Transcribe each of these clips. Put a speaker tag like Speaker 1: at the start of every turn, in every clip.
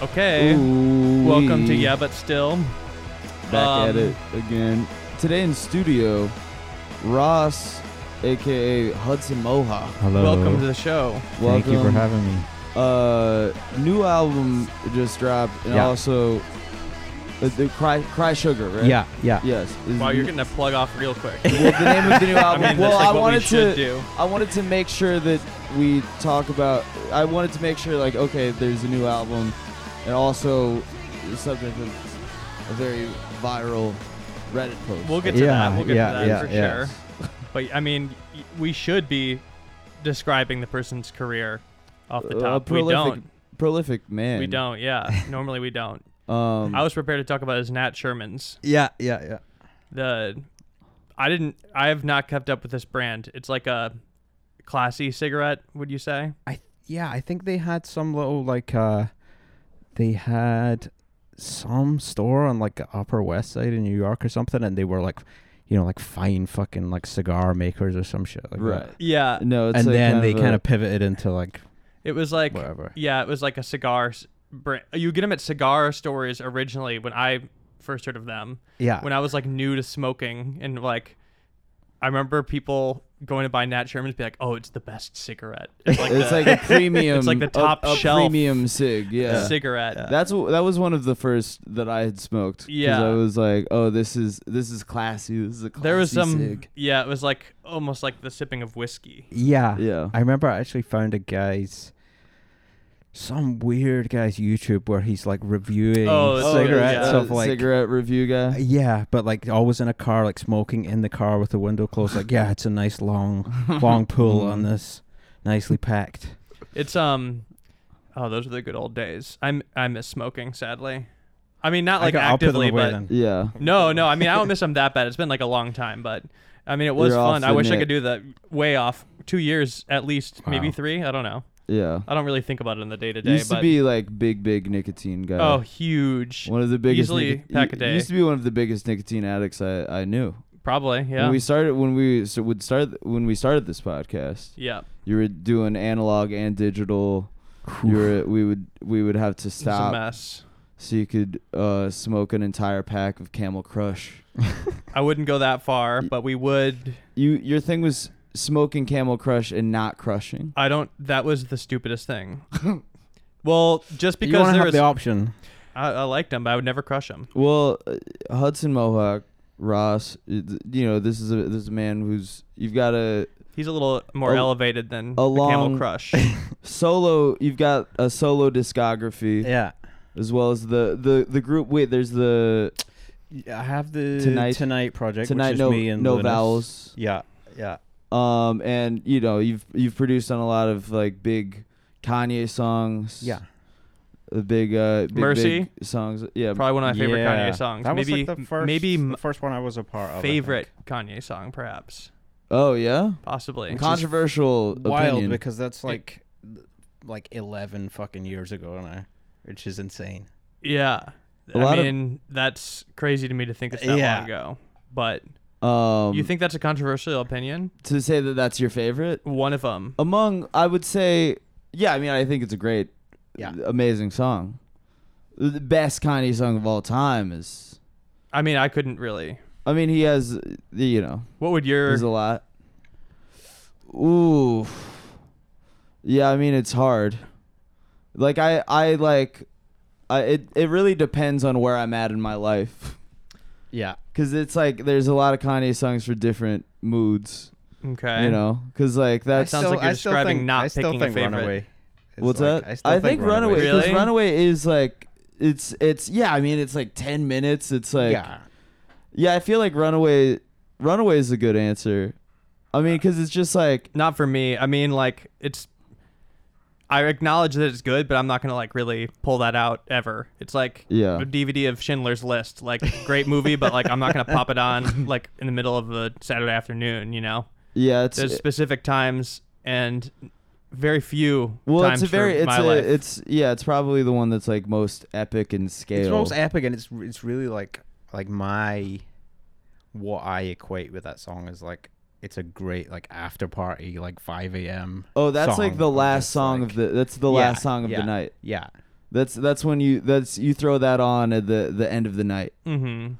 Speaker 1: Okay.
Speaker 2: Ooh-wee.
Speaker 1: Welcome to Yeah, but still.
Speaker 2: Back at
Speaker 1: Um,
Speaker 2: it again. Today in studio, Ross, aka Hudson Mohawk.
Speaker 3: Hello.
Speaker 1: Welcome to the show.
Speaker 3: Thank you for
Speaker 2: Welcome.
Speaker 3: having me.
Speaker 2: Uh, new album just dropped, and
Speaker 3: Yeah.
Speaker 2: also the, the Cry Cry Sugar, right?
Speaker 3: Yeah, yeah.
Speaker 2: Yes. Is
Speaker 1: Wow, you're
Speaker 2: the-
Speaker 1: getting to plug off real quick.
Speaker 2: well, the name of the new
Speaker 1: I
Speaker 2: album.
Speaker 1: mean, that's
Speaker 2: well,
Speaker 1: like
Speaker 2: I
Speaker 1: what
Speaker 2: wanted
Speaker 1: we should
Speaker 2: to.
Speaker 1: do.
Speaker 2: I wanted to make sure that we talk about. I wanted to make sure, like, okay, there's a new album, and also the subject of a very viral Reddit post.
Speaker 1: We'll get to
Speaker 3: Yeah,
Speaker 1: that. We'll get
Speaker 3: yeah,
Speaker 1: to that
Speaker 3: yeah,
Speaker 1: for
Speaker 3: yeah.
Speaker 1: sure. But I mean, y- we should be describing the person's career off the
Speaker 2: A
Speaker 1: top. we
Speaker 2: Uh, prolific-
Speaker 1: don't.
Speaker 2: prolific man.
Speaker 1: We don't. Yeah. Normally we don't.
Speaker 2: Um,
Speaker 1: I was prepared to talk about his Nat Sherman's.
Speaker 3: Yeah, yeah, yeah.
Speaker 1: The I didn't. I have not kept up with this brand. It's like a classy cigarette. Would you say?
Speaker 3: I yeah, I think they had some little like uh they had some store on like the Upper West Side in New York or something and they were like you know, like fine fucking like cigar makers or some shit like
Speaker 2: right.
Speaker 3: that.
Speaker 1: Yeah.
Speaker 2: No, it's
Speaker 3: and
Speaker 2: like
Speaker 3: then
Speaker 2: kind
Speaker 3: they
Speaker 2: a-
Speaker 3: kind of pivoted into like
Speaker 1: It was like
Speaker 3: whatever.
Speaker 1: Yeah, it was like a cigar s- brand. You get them at cigar stores originally when I first heard of them.
Speaker 3: Yeah.
Speaker 1: When I was like new to smoking and like I remember people going to buy Nat Sherman's be like, "Oh, it's the best cigarette." It's like
Speaker 2: It's
Speaker 1: the
Speaker 2: like a premium.
Speaker 1: It's like the
Speaker 2: a-
Speaker 1: top
Speaker 2: a,
Speaker 1: shelf
Speaker 2: premium sig. Yeah.
Speaker 1: cigarette.
Speaker 2: That's w- that was one of the first that I had smoked. 'cause
Speaker 1: Yeah.
Speaker 2: I was like, oh, this is this is classy. This is a classy
Speaker 1: There was some
Speaker 2: sig.
Speaker 1: Yeah, it was like almost like the sipping of whiskey.
Speaker 3: Yeah.
Speaker 2: Yeah.
Speaker 3: I remember I actually found a guy's some weird guy's YouTube where he's like reviewing
Speaker 1: Oh, oh,
Speaker 3: cigarettes
Speaker 1: yeah.
Speaker 3: of like
Speaker 2: cigarette review guy.
Speaker 3: Uh, Yeah, but like always in a car, like smoking in the car with the window closed. Like, yeah, it's a nice long, long pull on this, nicely packed.
Speaker 1: It's um oh, those were the good old days. I'm I miss smoking sadly. I mean, not like
Speaker 3: I will put them
Speaker 1: actively,
Speaker 3: away
Speaker 1: but
Speaker 3: then.
Speaker 2: Yeah.
Speaker 1: No, no. I mean, I don't miss them that bad. It's been like a long time, but I mean, it was
Speaker 2: You're off
Speaker 1: fun. I
Speaker 2: the
Speaker 1: wish I
Speaker 2: net.
Speaker 1: could do that way off. Two years at least, maybe
Speaker 3: Wow.
Speaker 1: three. I don't know.
Speaker 2: Yeah.
Speaker 1: I don't really think about it in the day to day.
Speaker 2: used
Speaker 1: But
Speaker 2: to be uh, like big, big nicotine guy.
Speaker 1: oh, huge.
Speaker 2: One of the biggest
Speaker 1: easily
Speaker 2: nico-
Speaker 1: pack a
Speaker 2: y-
Speaker 1: day.
Speaker 2: Used to be one of the biggest nicotine addicts I, I knew.
Speaker 1: Probably, yeah,
Speaker 2: When we started when we so would start when we started this podcast,
Speaker 1: yeah.
Speaker 2: you were doing analog and digital. You were, we would we would have to
Speaker 1: It's a
Speaker 2: stop
Speaker 1: mess.
Speaker 2: so you could uh, smoke an entire pack of Camel Crush.
Speaker 1: I wouldn't go that far, but we would.
Speaker 2: You your thing was smoking Camel Crush and not crushing.
Speaker 1: I don't. That was the stupidest thing. well, just
Speaker 3: you
Speaker 1: because
Speaker 3: want to
Speaker 1: there
Speaker 3: have
Speaker 1: was,
Speaker 3: the option.
Speaker 1: I, I liked them, but I would never crush them.
Speaker 2: Well, uh, Hudson Mohawk, Ross, uh, th- you know this is a this is a man who's you've got a
Speaker 1: He's a little more
Speaker 2: A-
Speaker 1: elevated than
Speaker 2: a
Speaker 1: the Camel
Speaker 2: long-
Speaker 1: Crush.
Speaker 2: solo you've got a solo discography
Speaker 3: Yeah,
Speaker 2: as well as the the the group. Wait, there's the
Speaker 3: I have the
Speaker 2: Tonight-
Speaker 3: tonight, project.
Speaker 2: tonight
Speaker 3: which is
Speaker 2: no
Speaker 3: me and
Speaker 2: no
Speaker 3: Lunas.
Speaker 2: vowels.
Speaker 3: Yeah, yeah,
Speaker 2: Um, and you know you've you've produced on a lot of like big Kanye songs.
Speaker 3: yeah.
Speaker 2: the big uh big,
Speaker 1: Mercy?
Speaker 2: big songs. Yeah,
Speaker 1: Probably one of my favorite
Speaker 3: Yeah.
Speaker 1: Kanye songs.
Speaker 3: That
Speaker 1: maybe
Speaker 3: was like the first,
Speaker 1: maybe m-
Speaker 3: the first one I was a part of. I
Speaker 1: favorite
Speaker 3: think.
Speaker 1: Kanye song, perhaps,
Speaker 2: Oh yeah,
Speaker 1: possibly.
Speaker 3: Which is
Speaker 2: controversial
Speaker 3: Wild
Speaker 2: opinion.
Speaker 3: because that's like, th- like eleven fucking years ago now, which is insane.
Speaker 1: yeah,
Speaker 2: A
Speaker 1: I
Speaker 2: lot of-
Speaker 1: mean that's crazy to me to think it's that
Speaker 3: Yeah.
Speaker 1: long ago. But
Speaker 2: um,
Speaker 1: you think that's a controversial opinion?
Speaker 2: to say that that's your favorite
Speaker 1: One of them.
Speaker 2: among? I would say, yeah. I mean, I think it's a great,
Speaker 3: Yeah.
Speaker 2: amazing song. The best Kanye song of all time is.
Speaker 1: I mean, I couldn't really.
Speaker 2: I mean, he has uh, the you know
Speaker 1: What would your
Speaker 2: there's a lot. Ooh, yeah. I mean, it's hard. Like I, I like, I it it really depends on where I'm at in my life.
Speaker 3: Yeah,
Speaker 2: Cause it's like there's a lot of Kanye songs for different moods,
Speaker 1: okay?
Speaker 2: you know. Cause like
Speaker 3: I
Speaker 2: that's
Speaker 1: sounds like
Speaker 3: still-
Speaker 1: you're
Speaker 3: I still
Speaker 1: describing
Speaker 3: think-
Speaker 1: not
Speaker 3: I still
Speaker 1: picking a
Speaker 3: think
Speaker 1: favorite.
Speaker 3: Runaway. is
Speaker 2: what's
Speaker 3: like-
Speaker 2: that? I, think, Runaway.
Speaker 1: Runaway-
Speaker 2: Cause
Speaker 1: Really?
Speaker 2: Runaway is like it's it's yeah. I mean it's like ten minutes. It's like yeah.
Speaker 3: yeah,
Speaker 2: I feel like Runaway Runaway is a good answer. I mean, cause it's just like
Speaker 1: Not for me. I mean, like it's. I acknowledge that it's good, but I'm not gonna like really pull that out ever. It's like
Speaker 2: Yeah.
Speaker 1: a DVD of Schindler's List, like great movie, but like I'm not gonna pop it on like in the middle of a Saturday afternoon, you know?
Speaker 2: yeah. It's uh,
Speaker 1: there's specific times and very few
Speaker 2: well,
Speaker 1: times
Speaker 2: it's a very
Speaker 1: for
Speaker 2: it's
Speaker 1: my
Speaker 2: a,
Speaker 1: life.
Speaker 2: it's yeah. It's probably the one that's like most epic in scale.
Speaker 3: It's most epic, and it's it's really like like my what I equate with that song is like it's a great like after party like 5 a.m.
Speaker 2: oh, that's
Speaker 3: song
Speaker 2: like the
Speaker 3: of
Speaker 2: last
Speaker 3: just,
Speaker 2: song
Speaker 3: like-
Speaker 2: of the that's the
Speaker 3: Yeah,
Speaker 2: last song of
Speaker 3: yeah.
Speaker 2: the night.
Speaker 3: yeah
Speaker 2: That's that's when you that's you throw that on at the the end of the night.
Speaker 1: Mm-hmm.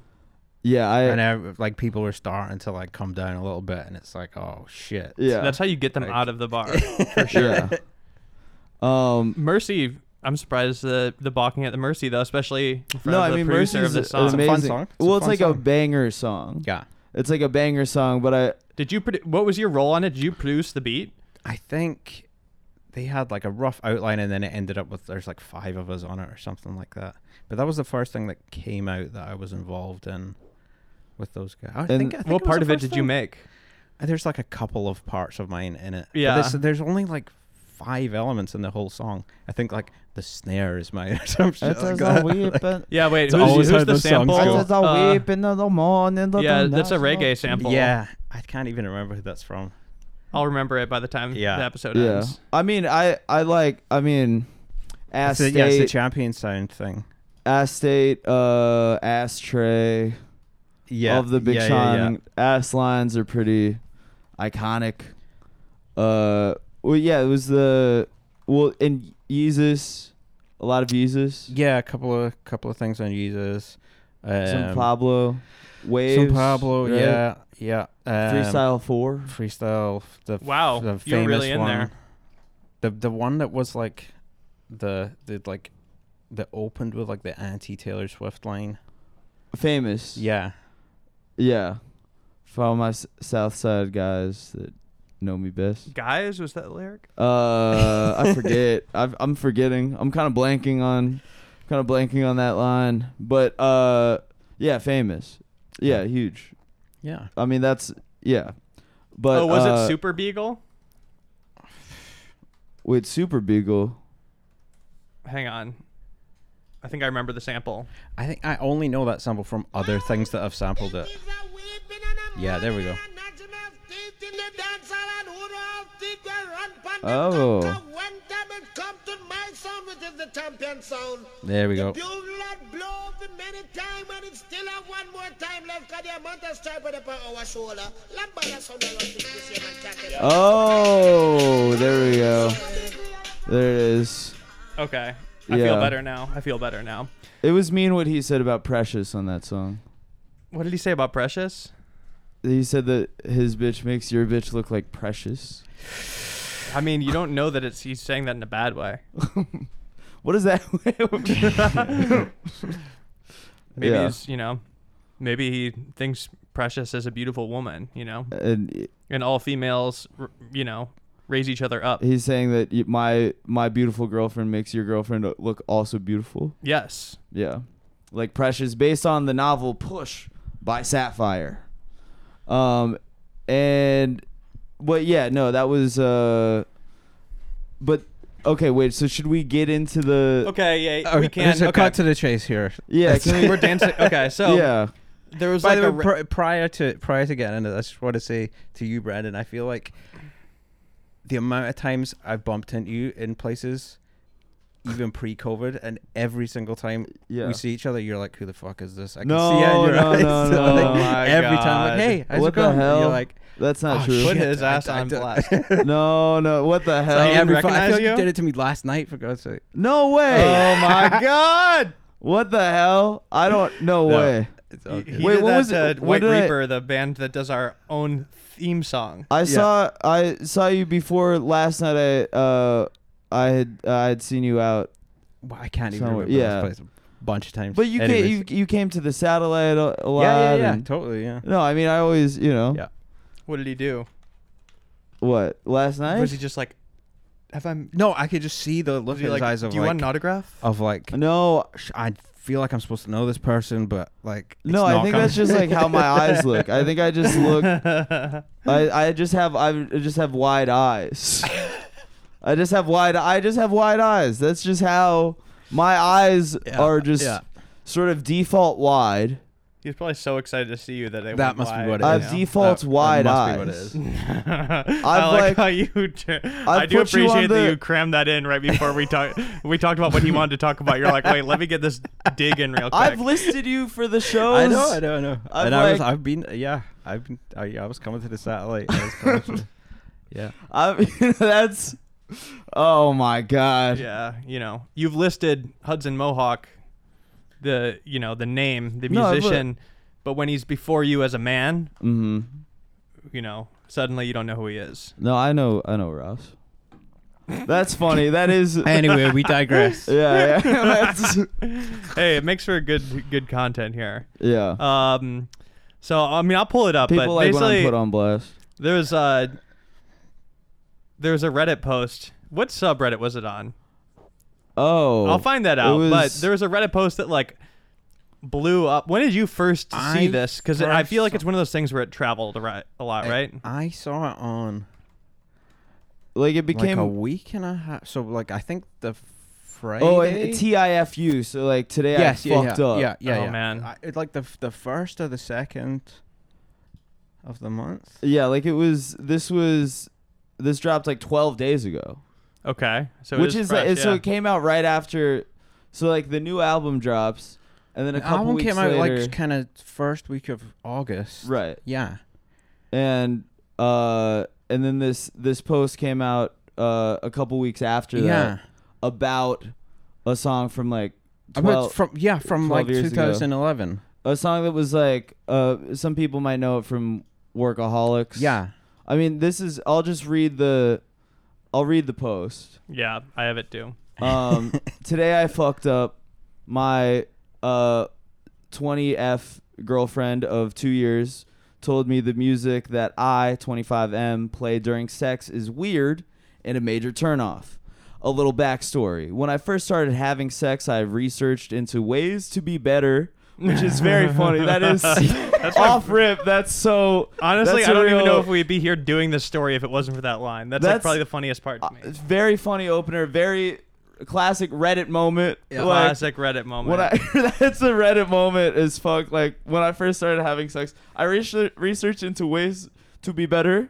Speaker 2: Yeah, I
Speaker 3: and I, like people were starting to like come down a little bit, and it's like, oh shit.
Speaker 2: yeah
Speaker 1: That's how you get them
Speaker 3: Like-
Speaker 1: out of the bar.
Speaker 2: yeah. Um,
Speaker 1: Mercy, I'm surprised the the balking at the Mercy though, especially from
Speaker 2: no,
Speaker 1: the
Speaker 2: I mean
Speaker 1: producer
Speaker 2: Mercy's
Speaker 1: of the
Speaker 2: is
Speaker 1: song.
Speaker 3: a
Speaker 2: amazing.
Speaker 3: fun song. It's a
Speaker 2: well, it's
Speaker 3: fun
Speaker 2: like a
Speaker 3: song.
Speaker 2: banger song.
Speaker 3: Yeah.
Speaker 2: It's like a banger song, but I
Speaker 1: Did you produ- what was your role on it? Did you produce the beat?
Speaker 3: I think they had like a rough outline, and then it ended up with there's like five of us on it or something like that. But that was the first thing that came out that I was involved in with those guys. I
Speaker 2: And
Speaker 3: think, I think
Speaker 1: what
Speaker 3: was
Speaker 1: part
Speaker 3: the
Speaker 1: of it
Speaker 3: first
Speaker 1: did you
Speaker 3: thing.
Speaker 1: make?
Speaker 3: Uh, There's like a couple of parts of mine in it. But
Speaker 1: Yeah.
Speaker 3: this- there's only like five elements in the whole song. I think like the snare is mine or some shit like that. Like,
Speaker 1: Yeah, wait,
Speaker 3: It's
Speaker 1: who's,
Speaker 3: always
Speaker 1: who's
Speaker 3: how
Speaker 1: the
Speaker 3: those songs
Speaker 1: sample?
Speaker 3: go.
Speaker 1: Uh,
Speaker 3: That's
Speaker 1: yeah, that's a reggae sample.
Speaker 3: yeah, I can't even remember who that's from.
Speaker 1: I'll remember it by the time
Speaker 3: Yeah.
Speaker 1: the episode
Speaker 2: Yeah,
Speaker 1: ends.
Speaker 2: I mean, I I like I mean, ass
Speaker 3: It's the, yeah, it's the
Speaker 2: state,
Speaker 3: champion sound thing.
Speaker 2: ass state, uh, ashtray.
Speaker 3: Yeah,
Speaker 2: of the Big
Speaker 3: yeah, yeah,
Speaker 2: Sean
Speaker 3: yeah.
Speaker 2: ass lines are pretty iconic. Uh, well, yeah, it was the well and Yeezus, a lot of Yeezus,
Speaker 3: Yeah, a couple of couple of things on Jesus. Um,
Speaker 2: some Pablo, waves,
Speaker 3: Some Pablo,
Speaker 2: right?
Speaker 3: yeah, yeah. Um,
Speaker 2: freestyle four.
Speaker 3: freestyle. f- The f-
Speaker 1: Wow,
Speaker 3: the famous
Speaker 1: you're really in
Speaker 3: one.
Speaker 1: there.
Speaker 3: The the one that was like, the the like, that opened with like the anti Taylor Swift line.
Speaker 2: famous,
Speaker 3: Yeah,
Speaker 2: yeah, for all my s- South Side guys that know me best.
Speaker 1: Guys, was that the lyric?
Speaker 2: Uh, I forget. I've, I'm forgetting. I'm kind of blanking on, kind of blanking on that line. But uh, yeah, famous. Yeah, huge.
Speaker 3: yeah.
Speaker 2: I mean, that's yeah. But
Speaker 1: oh, was
Speaker 2: uh,
Speaker 1: it Super Beagle?
Speaker 2: Wait, Super Beagle.
Speaker 1: Hang on. I think I remember the sample.
Speaker 3: I think I only know that sample from other things that I've sampled it. Yeah, there we go.
Speaker 2: Oh.
Speaker 3: There we go.
Speaker 2: Oh, there we go. There it is.
Speaker 1: Okay. I
Speaker 2: Yeah.
Speaker 1: feel better now. I feel better now.
Speaker 2: It was mean what he said about Precious on that song.
Speaker 1: What did he say about Precious?
Speaker 2: He said that his bitch makes your bitch look like Precious.
Speaker 1: I mean, you don't know that it's he's saying that in a bad way.
Speaker 2: What is that?
Speaker 1: Maybe
Speaker 2: Yeah.
Speaker 1: he's, you know, maybe he thinks Precious is a beautiful woman, you know,
Speaker 2: and
Speaker 1: and all females, r- you know, raise each other up.
Speaker 2: he's saying that y- my my beautiful girlfriend makes your girlfriend look also beautiful.
Speaker 1: Yes.
Speaker 2: Yeah. Like Precious, based on the novel Push by Sapphire. Um, and, but yeah, no, that was, uh, but, okay, wait, so should we get into the,
Speaker 1: Okay. Yeah.
Speaker 3: Okay,
Speaker 1: we can.
Speaker 3: so
Speaker 1: okay.
Speaker 3: Oh, cut to the chase here.
Speaker 2: yeah, can we,
Speaker 1: We're dancing. Okay. So
Speaker 2: yeah,
Speaker 1: there was
Speaker 3: By
Speaker 1: like
Speaker 3: the
Speaker 1: a
Speaker 3: way,
Speaker 1: ra-
Speaker 3: pri- prior to prior to getting into this, I just want to say to you, Brandon, I feel like the amount of times I've bumped into you in places, even pre-COVID, and every single time
Speaker 2: yeah.
Speaker 3: we see each other, you're like, "Who the fuck is this?" I
Speaker 2: No,
Speaker 3: can see it in your
Speaker 2: no,
Speaker 3: eyes.
Speaker 2: no, no.
Speaker 3: Like,
Speaker 2: Oh
Speaker 1: my
Speaker 3: every time,
Speaker 1: God.
Speaker 3: like, "Hey, how's
Speaker 2: What
Speaker 3: it
Speaker 2: the
Speaker 3: going?"
Speaker 2: hell?
Speaker 3: You're like,
Speaker 2: That's not
Speaker 3: "Oh,
Speaker 2: true.
Speaker 1: put
Speaker 3: shit,
Speaker 1: his
Speaker 3: I-
Speaker 1: ass
Speaker 3: I- I
Speaker 1: on
Speaker 3: don't-
Speaker 1: blast.
Speaker 2: No, no, what the hell?
Speaker 1: didn't
Speaker 3: every fu- I
Speaker 1: recognize
Speaker 3: feel like you
Speaker 1: you?
Speaker 3: did it to me last night for God's sake.
Speaker 2: no way.
Speaker 1: Oh my God.
Speaker 2: What the hell? I don't, no,
Speaker 3: No.
Speaker 2: way.
Speaker 3: It's
Speaker 1: He-
Speaker 3: all
Speaker 1: He
Speaker 3: good.
Speaker 1: did
Speaker 2: Wait, what
Speaker 1: that
Speaker 2: was
Speaker 1: to
Speaker 2: it- what
Speaker 1: White
Speaker 2: did I-
Speaker 1: Reaper, the band that does our own theme song.
Speaker 2: I saw I saw you before last night. I uh I had I had seen you out,
Speaker 3: Well, I can't even
Speaker 2: Somewhere-
Speaker 3: remember this
Speaker 2: yeah.
Speaker 3: place a bunch of times.
Speaker 2: but you
Speaker 3: Anyways.
Speaker 2: came, you you came to the satellite a, a lot.
Speaker 3: yeah, yeah, yeah,
Speaker 2: and-
Speaker 3: totally, yeah.
Speaker 2: No, I mean I always, you know,
Speaker 3: Yeah.
Speaker 1: What did he do?
Speaker 2: what last
Speaker 1: Was
Speaker 2: night?
Speaker 1: he just like, have I? Was
Speaker 3: No, I could just see the look
Speaker 1: he
Speaker 3: in his
Speaker 1: like,
Speaker 3: eyes of
Speaker 1: do you
Speaker 3: like, uh,
Speaker 1: want an autograph?
Speaker 3: of like
Speaker 2: No,
Speaker 3: sh- I feel like I'm supposed to know this person, but like it's
Speaker 2: no, I
Speaker 3: not
Speaker 2: think
Speaker 3: coming.
Speaker 2: that's just like how my eyes look. I think I just look. I I just have I just have wide eyes. I just have wide I just have wide eyes. That's just how my eyes
Speaker 3: Yeah,
Speaker 2: are just
Speaker 3: yeah.
Speaker 2: sort of default wide.
Speaker 1: He's probably so excited to see you that it went
Speaker 3: that must be
Speaker 1: wide,
Speaker 3: what it is.
Speaker 1: you
Speaker 2: I've
Speaker 1: know?
Speaker 2: deep- default
Speaker 3: That-
Speaker 2: wide
Speaker 3: that must be what it
Speaker 2: eyes.
Speaker 3: is.
Speaker 1: I like,
Speaker 2: like-
Speaker 1: how you. T- I do
Speaker 2: put you on
Speaker 1: appreciate that
Speaker 2: the-
Speaker 1: you crammed that in right before we talked. we talked about what he wanted to talk about. You're like, wait, let me get this dig in real quick.
Speaker 2: I've listed you for the shows.
Speaker 3: I know, I know, I know.
Speaker 2: I've
Speaker 3: and I was,
Speaker 2: like-
Speaker 3: I've been, yeah, I've been, I, I was coming to the satellite. I was coming to- yeah,
Speaker 2: I mean, that's Oh my god.
Speaker 1: yeah, you know, you've listed Hudson Mohawk, the you know the name, the
Speaker 2: No, but-
Speaker 1: musician, but when he's before you as a man,
Speaker 2: hmm
Speaker 1: you know, suddenly you don't know who he is.
Speaker 2: No, I know. I know Rouse. That's funny. That is. yeah,
Speaker 3: anyway, we digress.
Speaker 2: yeah. That's,
Speaker 1: Hey, it makes for good good content here.
Speaker 2: yeah.
Speaker 1: Um, so I mean, I'll pull it up,
Speaker 2: People
Speaker 1: but
Speaker 2: like when
Speaker 1: basically
Speaker 2: I'm put on blast.
Speaker 1: there was a there was a Reddit post. What subreddit was it on?
Speaker 2: Oh.
Speaker 1: I'll find that
Speaker 2: it
Speaker 1: out. But
Speaker 2: was-
Speaker 1: there was a Reddit post that like blew up. When did you first see
Speaker 3: I
Speaker 1: this? Because I feel like
Speaker 3: first-
Speaker 1: it's one of those things where it traveled a, ri- a lot, right?
Speaker 3: I saw it on
Speaker 2: Like it
Speaker 3: like
Speaker 2: became.
Speaker 3: a week and a half. So like I think the Friday.
Speaker 2: oh, it- TIFU. So like today
Speaker 3: yes,
Speaker 2: I
Speaker 3: yeah,
Speaker 2: fucked
Speaker 3: yeah,
Speaker 2: up.
Speaker 3: yeah, yeah,
Speaker 1: Oh,
Speaker 3: yeah.
Speaker 1: man.
Speaker 3: I, it, like the f- the first or the second of the month.
Speaker 2: Yeah, like it was. This was. This dropped like 12 days ago,
Speaker 1: Okay, so it
Speaker 2: which is,
Speaker 1: fresh,
Speaker 2: like, so
Speaker 1: yeah.
Speaker 2: it came out right after. So like the new album drops, and then a
Speaker 3: The
Speaker 2: couple
Speaker 3: album
Speaker 2: weeks
Speaker 3: came out
Speaker 2: later.
Speaker 3: like kind of first week of August.
Speaker 2: right,
Speaker 3: Yeah.
Speaker 2: and uh, and then this this post came out uh a couple weeks after
Speaker 3: Yeah.
Speaker 2: that about a song from like
Speaker 3: About
Speaker 2: 12,
Speaker 3: from yeah from
Speaker 2: 12
Speaker 3: like
Speaker 2: years ago.
Speaker 3: 2011.
Speaker 2: a song that was like uh some people might know it from Workaholics.
Speaker 3: Yeah.
Speaker 2: I mean this is I'll just read the I'll read the post.
Speaker 1: yeah, I have it too.
Speaker 2: Um, today I fucked up. My uh, 20F girlfriend of two years told me the music that I, 25M, play during sex is weird and a major turnoff. A little backstory. When I first started having sex, I researched into ways to be better, which is very funny. That is off rip. That's so.
Speaker 1: Honestly,
Speaker 2: that's
Speaker 1: I
Speaker 2: a
Speaker 1: don't even know
Speaker 2: real-
Speaker 1: if we'd be here doing this story if it wasn't for that line. That's, like
Speaker 2: That's- uh,
Speaker 1: probably the funniest part to me.
Speaker 2: It's very funny opener. Very classic Reddit moment. Like,
Speaker 1: Classic Reddit moment.
Speaker 2: When I that's a Reddit moment as fuck. Like when I first started having sex, I research, researched into ways to be better,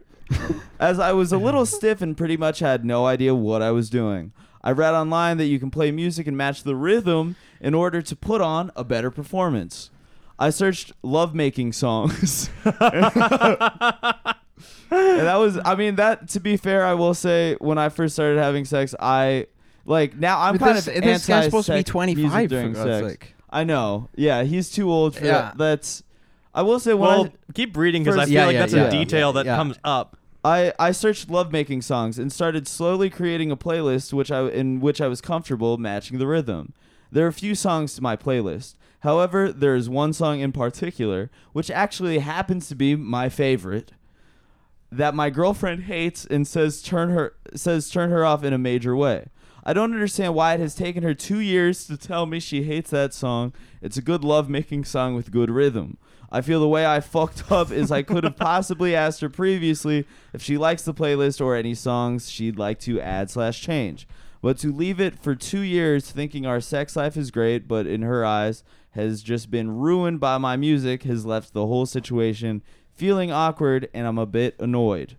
Speaker 2: as I was a little stiff and pretty much had no idea what I was doing. I read online that you can play music and match the rhythm in order to put on a better performance. I searched lovemaking songs. and that was I mean that to be fair, I will say when I first started having sex, I like now I'm
Speaker 3: But
Speaker 2: kind
Speaker 3: this-
Speaker 2: of
Speaker 3: this guy's supposed to be
Speaker 2: anti-sex
Speaker 3: 25
Speaker 2: music
Speaker 3: for
Speaker 2: during
Speaker 3: God's
Speaker 2: sex.
Speaker 3: sake.
Speaker 2: I know. Yeah, he's too old for
Speaker 3: Yeah.
Speaker 2: that. That's I will say when
Speaker 1: well,
Speaker 2: I-
Speaker 1: keep reading because I
Speaker 2: First-
Speaker 1: feel
Speaker 3: Yeah,
Speaker 1: like
Speaker 3: yeah,
Speaker 1: that's
Speaker 2: yeah.
Speaker 1: a detail that
Speaker 3: Yeah.
Speaker 1: comes up.
Speaker 2: I, I searched lovemaking songs and started slowly creating a playlist which I in which I was comfortable matching the rhythm. There are few songs to my playlist. However, there is one song in particular which actually happens to be my favorite that my girlfriend hates and says turn her says turn her off in a major way. I don't understand why it has taken her two years to tell me she hates that song. It's a good love making song with good rhythm. I feel the way I fucked up is I could have possibly asked her previously if she likes the playlist or any songs she'd like to add slash change. But to leave it for two years thinking our sex life is great, but in her eyes has just been ruined by my music, has left the whole situation feeling awkward and I'm a bit annoyed.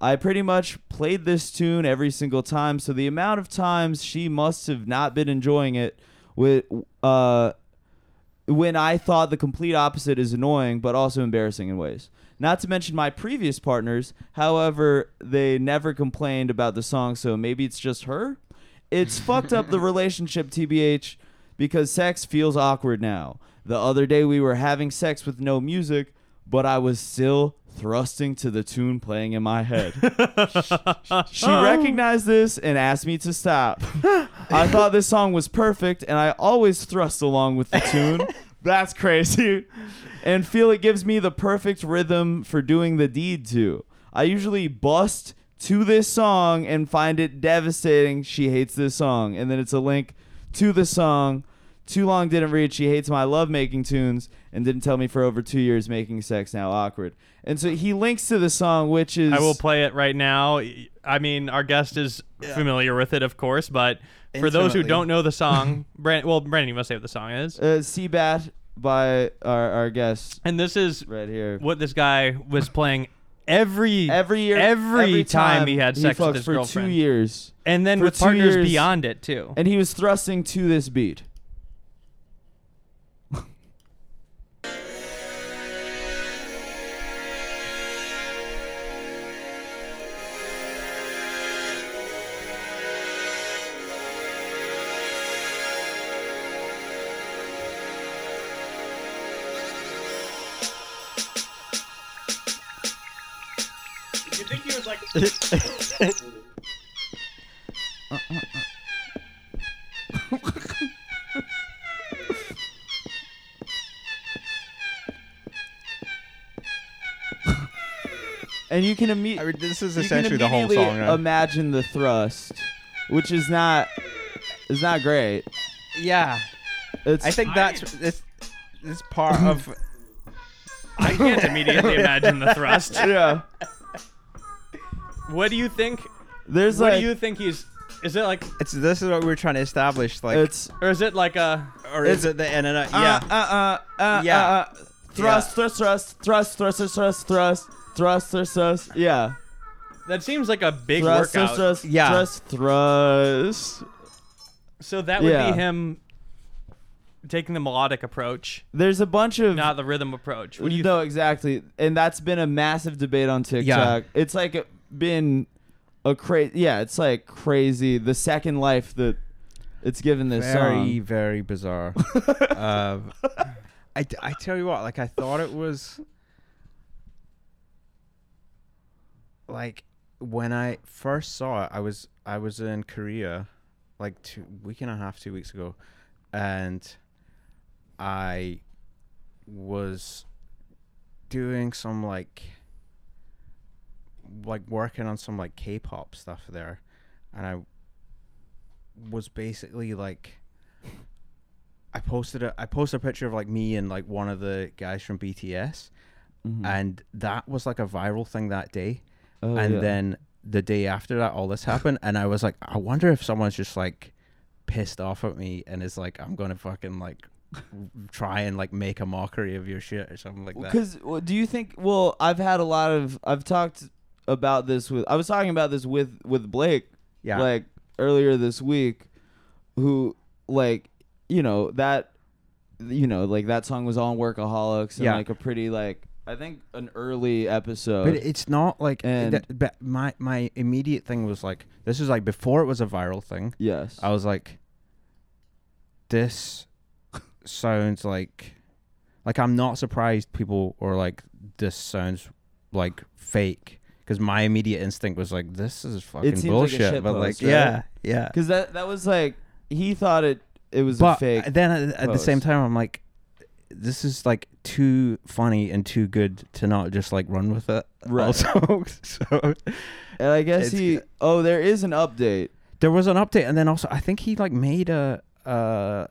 Speaker 2: I pretty much played this tune every single time, so the amount of times she must have not been enjoying it with uh when I thought the complete opposite is annoying but also embarrassing in ways. Not to mention my previous partners, however, they never complained about the song, so maybe it's just her? It's fucked up the relationship, TBH, because sex feels awkward now. The other day we were having sex with no music, but I was still thrusting to the tune playing in my head. she
Speaker 1: Oh.
Speaker 2: recognized this and asked me to stop. I thought this song was perfect, and I always thrust along with the tune. That's crazy. And feel it gives me the perfect rhythm for doing the deed to. I usually bust to this song and find it devastating. She hates this song. And then it's a link to the song. Too long didn't read. She hates my love making tunes and didn't tell me for over two years making sex now awkward. And so he links to the song, which is
Speaker 1: I will play it right now. I mean, our guest is familiar with it, of course, but for those who
Speaker 3: Intimately.
Speaker 1: don't know the song, Brand- well, Brandon, you must say what the song is.
Speaker 2: uh, Seabat by our, our guest
Speaker 1: And this is
Speaker 2: right here.
Speaker 1: what this guy was playing every
Speaker 2: Every year,
Speaker 1: every, time, he had sex
Speaker 2: fucks
Speaker 1: with his
Speaker 2: for
Speaker 1: girlfriend,
Speaker 2: two years,
Speaker 1: and then
Speaker 2: for
Speaker 1: with
Speaker 2: two
Speaker 1: partners
Speaker 2: years.
Speaker 1: beyond it too.
Speaker 2: and he was thrusting to this beat.
Speaker 1: was like,
Speaker 2: and you can immediately.
Speaker 4: I mean, this is
Speaker 2: You can
Speaker 4: essentially the whole
Speaker 2: immediately
Speaker 4: song. Right?
Speaker 2: Imagine the thrust, which is not is not great.
Speaker 4: yeah,
Speaker 2: It's
Speaker 4: I think that's this. This part of
Speaker 1: I can't immediately imagine the thrust.
Speaker 2: yeah.
Speaker 1: What do you think?
Speaker 2: There's
Speaker 1: What
Speaker 2: like
Speaker 1: do you think he's? Is it like,
Speaker 4: it's this is what we're trying to establish. Like,
Speaker 2: it's
Speaker 1: or is it like a?
Speaker 4: or is it the and and uh, yeah?
Speaker 2: uh, uh, uh,
Speaker 4: Yeah.
Speaker 2: uh, uh, thrust, thrust, thrust, thrust, thrust, thrust, thrust, thrust, thrust, thrust, thrust, yeah,
Speaker 1: That seems like a big
Speaker 2: thrust, thrust,
Speaker 1: workout.
Speaker 2: thrust,
Speaker 4: Yeah.
Speaker 2: thrust, thrust.
Speaker 1: So that would
Speaker 2: Yeah.
Speaker 1: be him taking the melodic approach,
Speaker 2: There's a bunch of
Speaker 1: not the rhythm approach. What do you?
Speaker 2: no, exactly, and that's been a massive debate on TikTok. It's like been a crazy, yeah, it's like crazy. The second life that it's given this
Speaker 3: very
Speaker 2: song.
Speaker 3: very bizarre. um,
Speaker 4: I, d- I tell you what, like I thought it was
Speaker 3: like when I first saw it, I was I was in Korea, like two week and a half, two weeks ago, and I was doing some like like working on some like K-pop stuff there, and I was basically like. I posted a I posted a picture of like me and like one of the guys from BTS, and that was like a viral thing that day
Speaker 2: Mm-hmm. Oh,
Speaker 3: and
Speaker 2: yeah.
Speaker 3: then the day after that all this happened and i was like i wonder if someone's just like pissed off at me and is like i'm gonna fucking like try and like make a mockery of your shit or something like that
Speaker 2: Because do you think? Well, I've had a lot of. I've talked about this with. I was talking about this with with Blake.
Speaker 3: Yeah.
Speaker 2: Like earlier this week, who like you know that you know like that song was on workaholics and
Speaker 3: Yeah.
Speaker 2: like a pretty like I think an early episode.
Speaker 3: but it's not like
Speaker 2: And-
Speaker 3: that, but my my immediate thing was like this is like before it was a viral thing
Speaker 2: yes.
Speaker 3: I was like, this sounds like, like I'm not surprised people were like, this sounds like fake because my immediate instinct was like, this is fucking
Speaker 2: seems like a
Speaker 3: bullshit.
Speaker 2: shit
Speaker 3: but
Speaker 2: post,
Speaker 3: like,
Speaker 2: right?
Speaker 3: yeah, yeah.
Speaker 2: Because that that was like he thought it it was
Speaker 3: But uh,
Speaker 2: a fake.
Speaker 3: then at, at the same
Speaker 2: post.
Speaker 3: time, I'm like, this is like too funny and too good to not just like run with it.
Speaker 2: Right.
Speaker 3: Also, so
Speaker 2: and I guess
Speaker 3: it's
Speaker 2: he. Oh, there is an update.
Speaker 3: there was an update and then also i think he like made a uh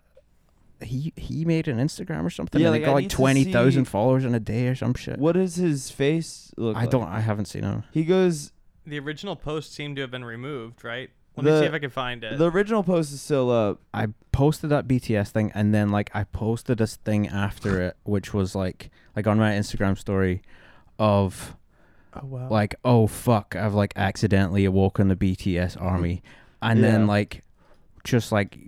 Speaker 3: he he made an instagram or something
Speaker 2: Yeah,
Speaker 3: and
Speaker 2: like,
Speaker 3: he
Speaker 2: I
Speaker 3: got
Speaker 2: need
Speaker 3: like
Speaker 2: to
Speaker 3: 20000
Speaker 2: see-
Speaker 3: followers in a day or some shit
Speaker 2: What does his face look?
Speaker 3: i
Speaker 2: like?
Speaker 3: don't i haven't seen him
Speaker 2: He goes.
Speaker 1: The original post seemed to have been removed, right? Let
Speaker 2: The-
Speaker 1: me see if I can find it.
Speaker 2: The original post is still up.
Speaker 3: i posted that bts thing and then like i posted this thing after it which was like like on my instagram story of
Speaker 1: oh wow.
Speaker 3: like oh fuck i've like accidentally awoken the bts army and
Speaker 2: Yeah.
Speaker 3: then like just like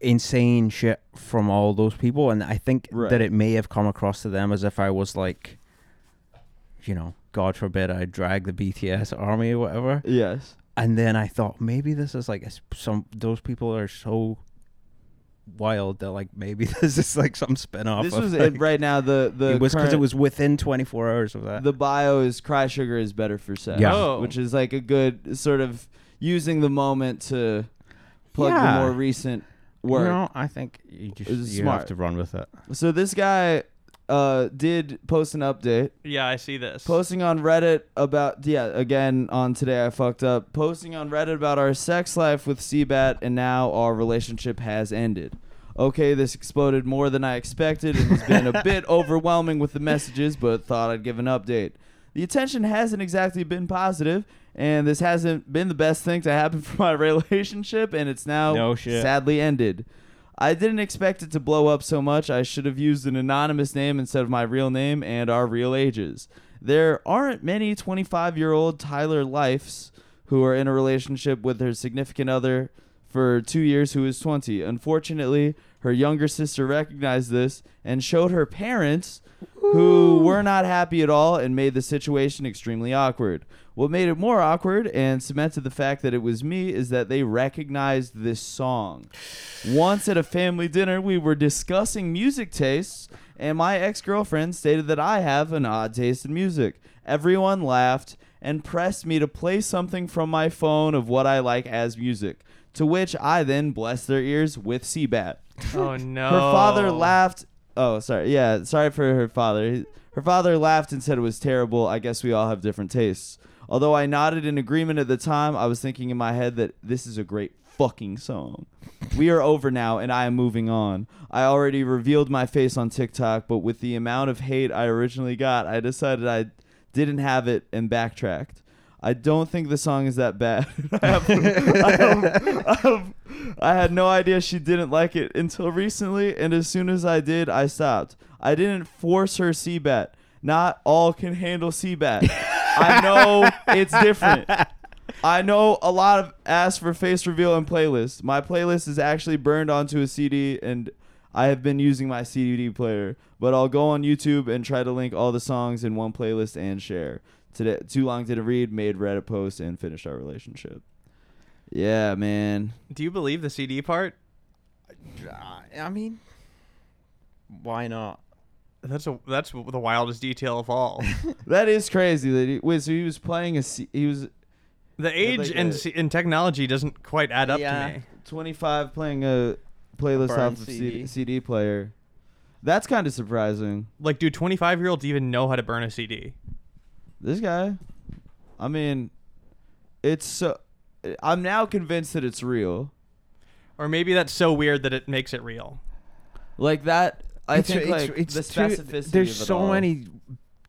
Speaker 3: insane shit from all those people and i think
Speaker 2: Right.
Speaker 3: that it may have come across to them as if i was like you know god forbid i drag the bts army or whatever
Speaker 2: Yes.
Speaker 3: and then i thought maybe this is like s- some those people are so wild that like maybe this is like some spin-off
Speaker 2: This
Speaker 3: of,
Speaker 2: was
Speaker 3: like,
Speaker 2: it right now. The the
Speaker 3: it was because it
Speaker 2: current-
Speaker 3: was within 24 hours of that
Speaker 2: the bio is cry sugar is better for sex.
Speaker 3: Yeah.
Speaker 1: Oh.
Speaker 2: Which is like a good sort of using the moment to plug
Speaker 3: Yeah.
Speaker 2: the more recent work.
Speaker 3: No, I think you just
Speaker 2: It's
Speaker 3: you
Speaker 2: smart.
Speaker 3: have to run with it.
Speaker 2: So this guy uh, did post an update,
Speaker 1: yeah, I see this.
Speaker 2: posting on Reddit about yeah again on today I fucked up, posting on Reddit about our sex life with Seabat and now our relationship has ended. Okay, this exploded more than I expected and has been a bit overwhelming with the messages, but thought I'd give an update. The attention hasn't exactly been positive, and this hasn't been the best thing to happen for my relationship, and it's now
Speaker 3: No shit.
Speaker 2: sadly ended. I didn't expect it to blow up so much. I should have used an anonymous name instead of my real name and our real ages. There aren't many 25 year old Tyler Lifes who are in a relationship with her significant other for two years who is 20. Unfortunately, her younger sister recognized this and showed her parents, who were not happy at all and made the situation extremely awkward. What made it more awkward and cemented the fact that it was me is that they recognized this song. Once at a family dinner, we were discussing music tastes, and my ex girlfriend stated that I have an odd taste in music. Everyone laughed and pressed me to play something from my phone of what I like as music, to which I then blessed their ears with Seabat.
Speaker 1: Oh no.
Speaker 2: Her father laughed. Oh, sorry. Yeah, sorry for her father. He- Her father laughed and said it was terrible. I guess we all have different tastes. Although I nodded in agreement at the time, I was thinking in my head that this is a great fucking song. We are over now and I am moving on. I already revealed my face on TikTok, but with the amount of hate I originally got, I decided I didn't have it and backtracked. I don't think the song is that bad. I, have- I have- I have- I had no idea she didn't like it until recently, and as soon as I did, I stopped. I didn't force her Seabat. Not all can handle Seabat. I know it's different. I know a lot of ask for face reveal and playlist. My playlist is actually burned onto a CD, and I have been using my CD player. But I'll go on YouTube and try to link all the songs in one playlist and share. Today, too long didn't read. Made Reddit posts and finished our relationship. Yeah, man.
Speaker 1: Do you believe the CD part?
Speaker 4: I mean, why not?
Speaker 1: That's a that's the wildest detail of all.
Speaker 2: That is crazy. That he, wait, so he was playing a C, he was
Speaker 1: The age
Speaker 2: like
Speaker 1: and
Speaker 2: a-
Speaker 1: c- and technology doesn't quite add up
Speaker 4: Yeah.
Speaker 1: to me.
Speaker 2: 25 playing a playlist
Speaker 4: Burn
Speaker 2: off of CD.
Speaker 4: CD.
Speaker 2: CD player. That's kind of surprising.
Speaker 1: Like, do 25 year olds even know how to burn a CD?
Speaker 2: This guy, I mean, it's so. I'm now convinced that it's real.
Speaker 1: Or maybe that's so weird that it makes it real.
Speaker 2: Like that, I
Speaker 4: It's-
Speaker 2: think
Speaker 4: it's-
Speaker 2: like
Speaker 4: it's
Speaker 2: the
Speaker 4: too-
Speaker 2: specificity.
Speaker 3: There's
Speaker 2: of it
Speaker 3: so
Speaker 2: all.
Speaker 3: many,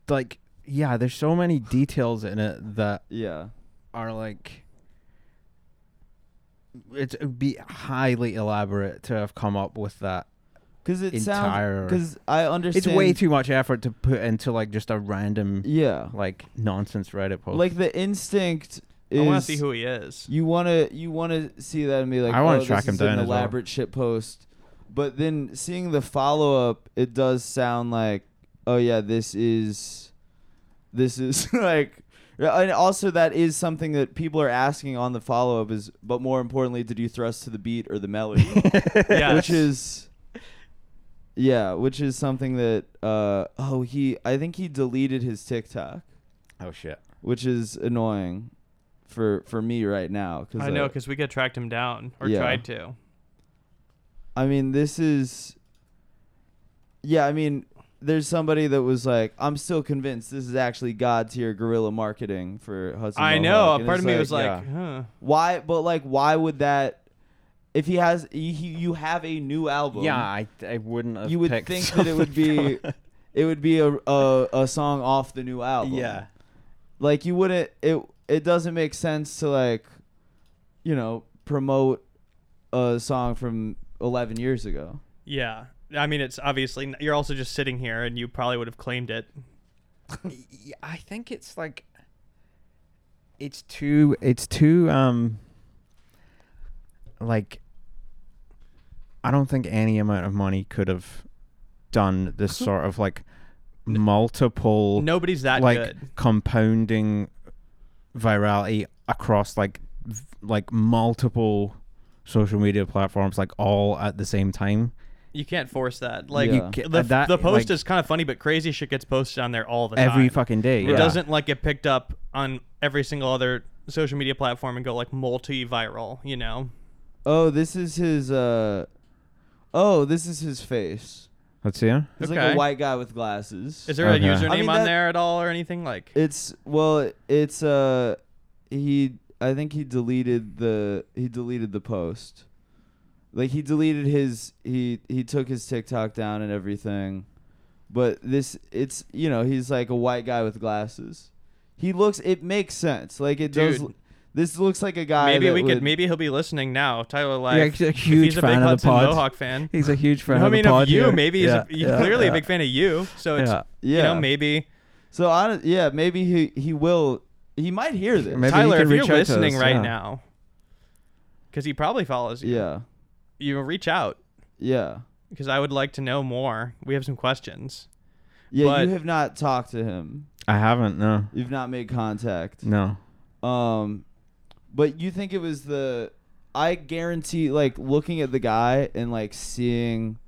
Speaker 3: like, yeah, there's so many details in it that
Speaker 2: Yeah,
Speaker 3: are like, it's, it would be highly elaborate to have come up with that.
Speaker 2: because it
Speaker 3: Entire-
Speaker 2: sounds. Because I understand.
Speaker 3: It's way too much effort to put into like just a random
Speaker 2: Yeah,
Speaker 3: like nonsense Reddit post.
Speaker 2: like the instinct
Speaker 1: I
Speaker 2: is.
Speaker 1: want to see who he is.
Speaker 2: You wanna you wanna see that and be like,
Speaker 3: I wanna
Speaker 2: oh,
Speaker 3: track
Speaker 2: this
Speaker 3: him
Speaker 2: is
Speaker 3: down
Speaker 2: an
Speaker 3: as well.
Speaker 2: elaborate shit post. But then seeing the follow up, it does sound like, oh yeah, this is, this is like, and also that is something that people are asking on the follow up is, but more importantly, did you thrust to the beat or the melody?
Speaker 1: Yes.
Speaker 2: Which is Yeah, which is something that uh oh he I think he deleted his TikTok,
Speaker 3: oh shit.
Speaker 2: which is annoying for for me right now cuz
Speaker 1: I know because we could tracked him down or
Speaker 2: Yeah.
Speaker 1: tried to.
Speaker 2: I mean, this is. Yeah, I mean, there's somebody that was like, I'm still convinced this is actually God tier guerrilla marketing for Hudson.
Speaker 1: I
Speaker 2: Mohawk."
Speaker 1: know. A
Speaker 2: And
Speaker 1: part
Speaker 2: it's
Speaker 1: of me was like,
Speaker 3: yeah.
Speaker 1: huh.
Speaker 2: why? But like, why would that? If he has, he, he- you have a new album.
Speaker 3: Yeah, I, I wouldn't have
Speaker 2: you would
Speaker 3: picked
Speaker 2: think that it would
Speaker 3: something
Speaker 2: be,
Speaker 3: from-
Speaker 2: it would be a, a a song off the new album.
Speaker 4: Yeah.
Speaker 2: like you wouldn't. It it doesn't make sense to like, you know, promote a song from 11 years ago.
Speaker 1: Yeah. I mean, it's obviously n- you're also just sitting here, and you probably would have claimed it.
Speaker 4: Y- I think it's like
Speaker 3: it's too it's too um like I don't think any amount of money could have done this sort of like multiple
Speaker 1: Nobody's that
Speaker 3: like
Speaker 1: good.
Speaker 3: compounding virality across like v- like multiple social media platforms like all at the same time.
Speaker 1: You can't force that. Like
Speaker 2: You
Speaker 3: ca-
Speaker 1: the,
Speaker 3: that-
Speaker 1: the post
Speaker 3: like-
Speaker 1: is kind of funny, but crazy shit gets posted on there all the time.
Speaker 3: Every fucking day.
Speaker 1: It doesn't like get picked up on every single other social media platform and go like multi-viral. You know.
Speaker 2: Oh, this is his. uh Oh, this is his face.
Speaker 3: Let's see. huh?
Speaker 2: It's like
Speaker 1: Okay.
Speaker 2: a white guy with glasses.
Speaker 1: Is there
Speaker 3: Okay.
Speaker 1: a
Speaker 3: I
Speaker 1: username
Speaker 2: mean,
Speaker 1: on
Speaker 2: that-
Speaker 1: there at all or anything like?
Speaker 2: It's well, it's uh, he. I think he deleted the he deleted the post. Like he deleted his he he took his TikTok down and everything. But this it's you know, he's like a white guy with glasses. He looks it makes sense. Like it does
Speaker 1: Dude.
Speaker 2: this looks like a guy
Speaker 1: maybe
Speaker 2: that
Speaker 1: we could.
Speaker 2: would-
Speaker 1: Maybe he'll be listening now. Tyler, like,
Speaker 3: Yeah, he's a huge
Speaker 1: he's a big
Speaker 3: fan of the
Speaker 1: Hudson
Speaker 3: pod.
Speaker 1: Mohawk fan.
Speaker 3: He's a huge fan
Speaker 1: I
Speaker 3: of the
Speaker 1: mean,
Speaker 3: pod
Speaker 1: of you,
Speaker 3: here.
Speaker 1: maybe he's
Speaker 3: Yeah,
Speaker 1: a, he's
Speaker 3: yeah,
Speaker 1: clearly
Speaker 3: yeah.
Speaker 1: a big fan of you. So it's
Speaker 3: Yeah.
Speaker 2: yeah.
Speaker 1: you know maybe
Speaker 2: So hon- yeah, maybe he he will he might hear this.
Speaker 3: Maybe he
Speaker 1: Tyler,
Speaker 3: can
Speaker 1: if you're
Speaker 3: reach out to
Speaker 1: listening
Speaker 3: us,
Speaker 1: right
Speaker 3: yeah.
Speaker 1: now, because he probably follows you.
Speaker 2: Yeah.
Speaker 1: you reach out
Speaker 2: Yeah.
Speaker 1: because I would like to know more. We have some questions.
Speaker 2: Yeah,
Speaker 1: But-
Speaker 2: you have not talked to him.
Speaker 3: I haven't. No,
Speaker 2: You've not made contact.
Speaker 3: no.
Speaker 2: Um but you think it was the I guarantee like looking at the guy and like seeing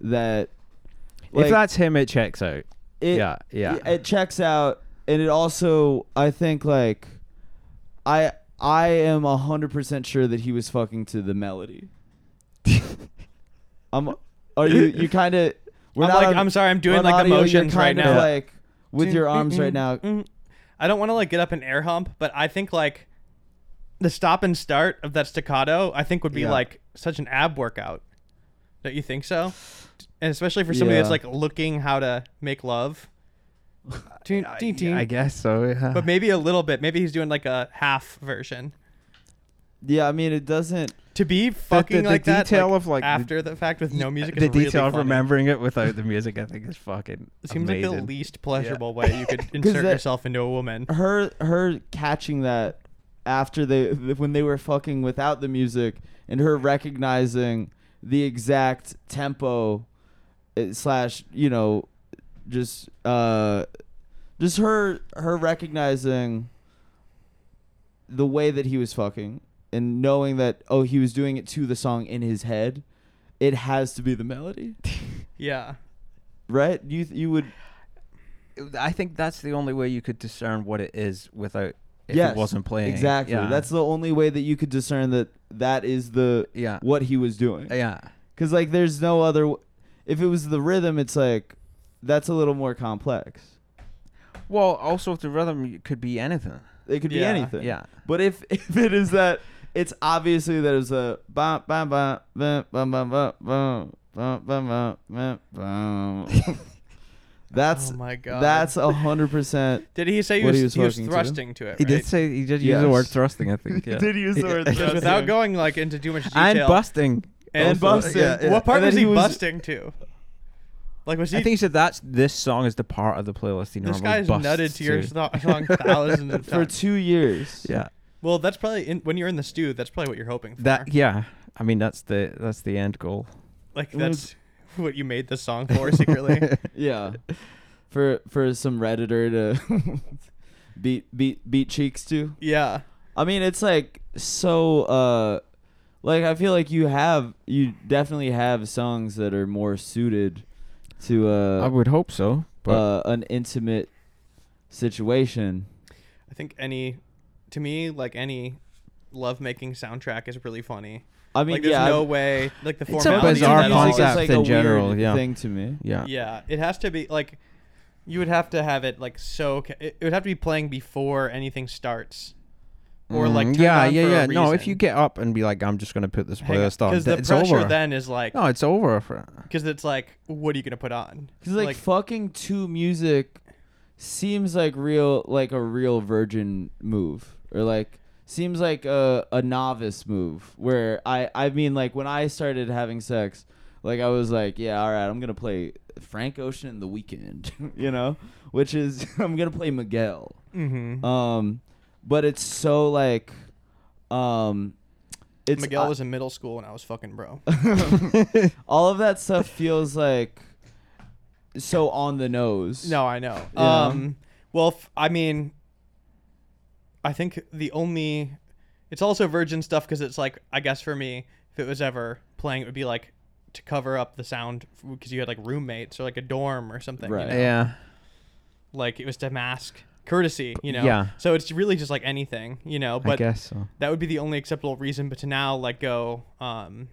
Speaker 2: that Like,
Speaker 3: if that's him, it checks out.
Speaker 2: it,
Speaker 3: yeah, yeah.
Speaker 2: It checks out, and it also I think like, I I am hundred percent sure that he was fucking to the melody. I'm. Are you? You kind of. We're
Speaker 1: I'm
Speaker 2: not
Speaker 1: like,
Speaker 2: on-
Speaker 1: I'm sorry, I'm doing
Speaker 2: on
Speaker 1: like the
Speaker 2: audio, you're
Speaker 1: motions right
Speaker 2: kinda,
Speaker 1: now.
Speaker 2: Like with your arms right now.
Speaker 3: Mm-hmm.
Speaker 1: I don't want to like get up and air hump, but I think like the stop and start of that staccato, I think would be
Speaker 2: Yeah.
Speaker 1: like such an ab workout. Don't you think so? And especially for somebody that's
Speaker 2: Yeah.
Speaker 1: like looking how to make love. Ding, ding, ding.
Speaker 3: I guess so. Yeah.
Speaker 1: But maybe a little bit. Maybe he's doing like a half version.
Speaker 2: Yeah, I mean it doesn't.
Speaker 1: To be fucking
Speaker 3: the
Speaker 1: like that
Speaker 3: detail
Speaker 1: like,
Speaker 3: of, like, the-
Speaker 1: after the, fact with no music.
Speaker 3: the
Speaker 1: is really
Speaker 3: detail of
Speaker 1: funny.
Speaker 3: remembering it without the music, I think, is fucking.
Speaker 1: It seems
Speaker 3: amazing.
Speaker 1: like the least pleasurable way you could insert
Speaker 2: that-
Speaker 1: yourself into a woman.
Speaker 2: her her catching that after they when they were fucking without the music and her recognizing the exact tempo eh, slash you know just uh just her her recognizing the way that he was fucking and knowing that oh he was doing it to the song in his head it has to be the melody
Speaker 1: Yeah.
Speaker 2: right you you would
Speaker 4: I think that's the only way you could discern what it is without if
Speaker 2: Yeah,
Speaker 4: it wasn't playing. it.
Speaker 2: Exactly.
Speaker 4: Yeah.
Speaker 2: That's the only way that you could discern that that is the
Speaker 4: Yeah.
Speaker 2: what he was doing.
Speaker 4: yeah.
Speaker 2: Cuz like there's no other w- if it was the rhythm it's like that's a little more complex.
Speaker 4: Well, also the rhythm could be anything.
Speaker 2: It could be
Speaker 1: Yeah,
Speaker 2: anything.
Speaker 4: yeah.
Speaker 2: But if if it is that it's obviously that it's a bum bum bum bum bum bum bum bum bum bum bum bum bum. That's
Speaker 1: oh my god.
Speaker 2: that's a hundred percent.
Speaker 1: Did he say he
Speaker 2: what
Speaker 1: was,
Speaker 2: he
Speaker 1: he
Speaker 2: was
Speaker 1: was,
Speaker 2: fucking to?
Speaker 1: thrusting to, it?
Speaker 3: He
Speaker 1: right?
Speaker 3: did say he did use the word
Speaker 2: Yes.
Speaker 3: thrusting. I think. Yeah.
Speaker 2: Did he use the word
Speaker 3: Yeah.
Speaker 1: But
Speaker 2: thrusting?
Speaker 1: without going like into too much detail.
Speaker 3: and busting.
Speaker 2: and
Speaker 1: also-
Speaker 2: busting, yeah, yeah.
Speaker 1: What part
Speaker 2: And
Speaker 1: was
Speaker 2: then
Speaker 1: he,
Speaker 2: he was-
Speaker 1: busting to? Like was he?
Speaker 4: I think so. That's this song is the part of the playlist. You know,
Speaker 1: this guy's nutted to your so- song thousands of
Speaker 2: for
Speaker 1: times.
Speaker 2: two years.
Speaker 4: Yeah,
Speaker 1: well, that's probably in, when you're in the stew. That's probably what you're hoping for.
Speaker 3: That yeah. I mean that's the that's the end goal.
Speaker 1: like
Speaker 2: Well,
Speaker 1: that's what you made this song for secretly.
Speaker 2: Yeah. For for some redditor to beat beat beat cheeks to.
Speaker 1: yeah.
Speaker 2: I mean, it's like so uh like I feel like you have you definitely have songs that are more suited to
Speaker 3: I
Speaker 2: uh,
Speaker 3: would hope so. But
Speaker 2: uh an intimate situation.
Speaker 1: I think any, to me, like any lovemaking soundtrack is really funny.
Speaker 2: I mean,
Speaker 1: like there's
Speaker 2: yeah.
Speaker 1: no way like the
Speaker 3: a
Speaker 1: formality of
Speaker 3: bizarre
Speaker 1: that all-
Speaker 2: music is
Speaker 3: concept
Speaker 2: like
Speaker 3: in
Speaker 2: a weird
Speaker 3: general, yeah.
Speaker 2: thing to me.
Speaker 3: yeah.
Speaker 1: Yeah, it has to be like you would have to have it like so ca- it it would have to be playing before anything starts. Or like
Speaker 3: Mm,
Speaker 1: turned
Speaker 3: yeah,
Speaker 1: on
Speaker 3: yeah,
Speaker 1: for a
Speaker 3: yeah. No, if
Speaker 1: reason.
Speaker 3: you get up and be like, I'm just gonna put this
Speaker 1: Hang on,
Speaker 3: playlist on, th-
Speaker 1: the
Speaker 3: it's
Speaker 1: pressure
Speaker 3: over.
Speaker 1: then is like
Speaker 3: no, it's over. For,
Speaker 1: cuz it's like what are you going to put on?
Speaker 2: Cause like, fucking to music seems like real like a real virgin move or like seems like a, a novice move where I I mean like when I started having sex like I was like yeah all right I'm gonna play Frank Ocean in the weekend you know which is I'm gonna play Miguel
Speaker 1: mhm.
Speaker 2: um but it's so like um it's
Speaker 1: Miguel
Speaker 2: I-
Speaker 1: was in middle school when I was fucking bro.
Speaker 2: all of that stuff feels like so on the nose
Speaker 1: no, I know.
Speaker 2: Yeah.
Speaker 1: Um well, f- I mean I think the only it's also virgin stuff cuz it's like I guess for me if it was ever playing it would be like to cover up the sound because you had like roommates or like a dorm or something. you
Speaker 2: Right.
Speaker 1: know?
Speaker 4: yeah.
Speaker 1: like it was to mask courtesy you know
Speaker 4: Yeah.
Speaker 1: so it's really just like anything you know
Speaker 3: I
Speaker 1: but
Speaker 3: guess so.
Speaker 1: that would be the only acceptable reason but to now like go um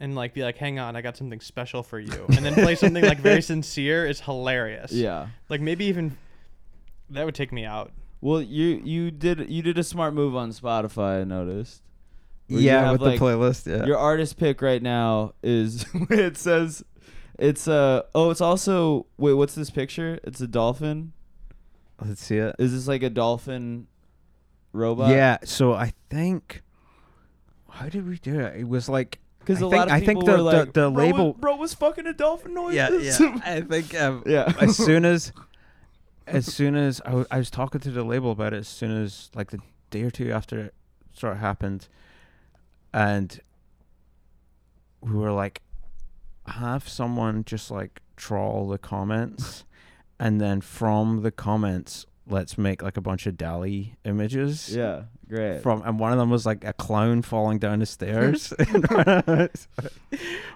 Speaker 1: and like be like hang on i got something special for you and then play something like very sincere is hilarious
Speaker 2: yeah
Speaker 1: like maybe even that would take me out
Speaker 2: Well, you you did you did a smart move on Spotify. I noticed. Where you
Speaker 3: Yeah,
Speaker 2: have,
Speaker 3: with
Speaker 2: like,
Speaker 3: the playlist. Yeah.
Speaker 2: Your artist pick right now is it says it's uh oh it's also wait what's this picture? It's a dolphin.
Speaker 3: Let's see it.
Speaker 2: Is this like a dolphin robot?
Speaker 3: yeah. So I think. How did we do it? It was like.
Speaker 2: because
Speaker 3: I
Speaker 2: a
Speaker 3: think-
Speaker 2: lot of
Speaker 3: I
Speaker 2: people
Speaker 3: think
Speaker 2: were
Speaker 3: the-
Speaker 2: like,
Speaker 3: the-
Speaker 2: "Bro
Speaker 3: the
Speaker 2: was-
Speaker 3: label-
Speaker 2: bro was fucking a dolphin noise.
Speaker 3: Yeah, yeah. I think. Um,
Speaker 2: yeah.
Speaker 3: as soon as as soon as I wa- I was talking to the label about it as soon as like the day or two after it sort of happened and we were like have someone just like trawl the comments and then from the comments let's make like a bunch of Dali images.
Speaker 2: Yeah, great.
Speaker 3: From and one of them was like a clown falling down the stairs. And one of them is-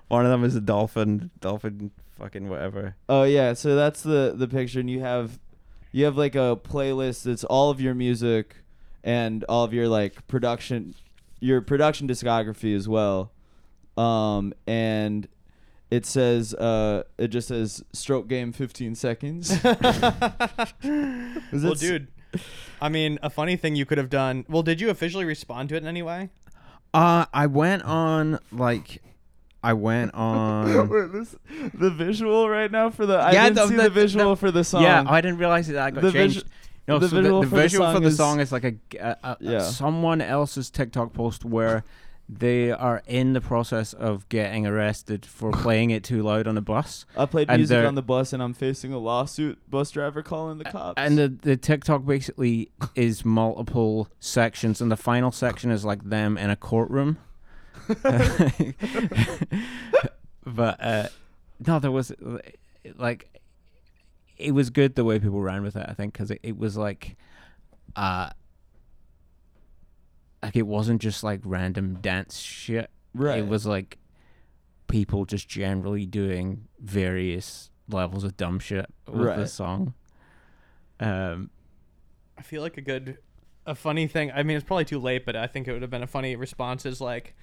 Speaker 3: one of them is a dolphin, dolphin, fucking whatever.
Speaker 2: Oh yeah, so that's the the picture, and you have you have like a playlist that's all of your music and all of your like production, your production discography as well. Um, and it says uh, it just says stroke game 15 seconds.
Speaker 1: well,
Speaker 2: it s-
Speaker 1: dude. I mean, a funny thing you could have done. Well, did you officially respond to it in any way?
Speaker 3: Uh, I went on like, I went on.
Speaker 2: Wait, this, the visual right now for the I
Speaker 3: Yeah,
Speaker 2: didn't
Speaker 3: the-
Speaker 2: see
Speaker 3: the-
Speaker 2: the,
Speaker 3: the-
Speaker 2: visual
Speaker 3: the-
Speaker 2: for the song.
Speaker 3: Yeah, I didn't realize that I got
Speaker 2: The
Speaker 3: changed.
Speaker 2: visu-
Speaker 3: no,
Speaker 2: the
Speaker 3: so the,
Speaker 2: visual
Speaker 3: the
Speaker 2: for the
Speaker 3: visual for
Speaker 2: song
Speaker 3: the
Speaker 2: is-
Speaker 3: song is like a, a, a-
Speaker 2: Yeah.
Speaker 3: someone else's TikTok post where they are in the process of getting arrested for playing it too loud on a bus.
Speaker 2: I played
Speaker 3: And
Speaker 2: music
Speaker 3: they're-
Speaker 2: on the bus, and I'm facing a lawsuit. Bus driver calling the cops.
Speaker 3: And the, the TikTok basically is multiple sections, and the final section is like them in a courtroom. but uh, no, there was like it was good the way people ran with it. I think because it, it was like, uh, like it wasn't just like random dance shit.
Speaker 2: right.
Speaker 3: It was like people just generally doing various levels of dumb shit with the
Speaker 2: Right.
Speaker 3: song. Um,
Speaker 1: I feel like a good, a funny thing. I mean, it's probably too late, but I think it would have been a funny response is like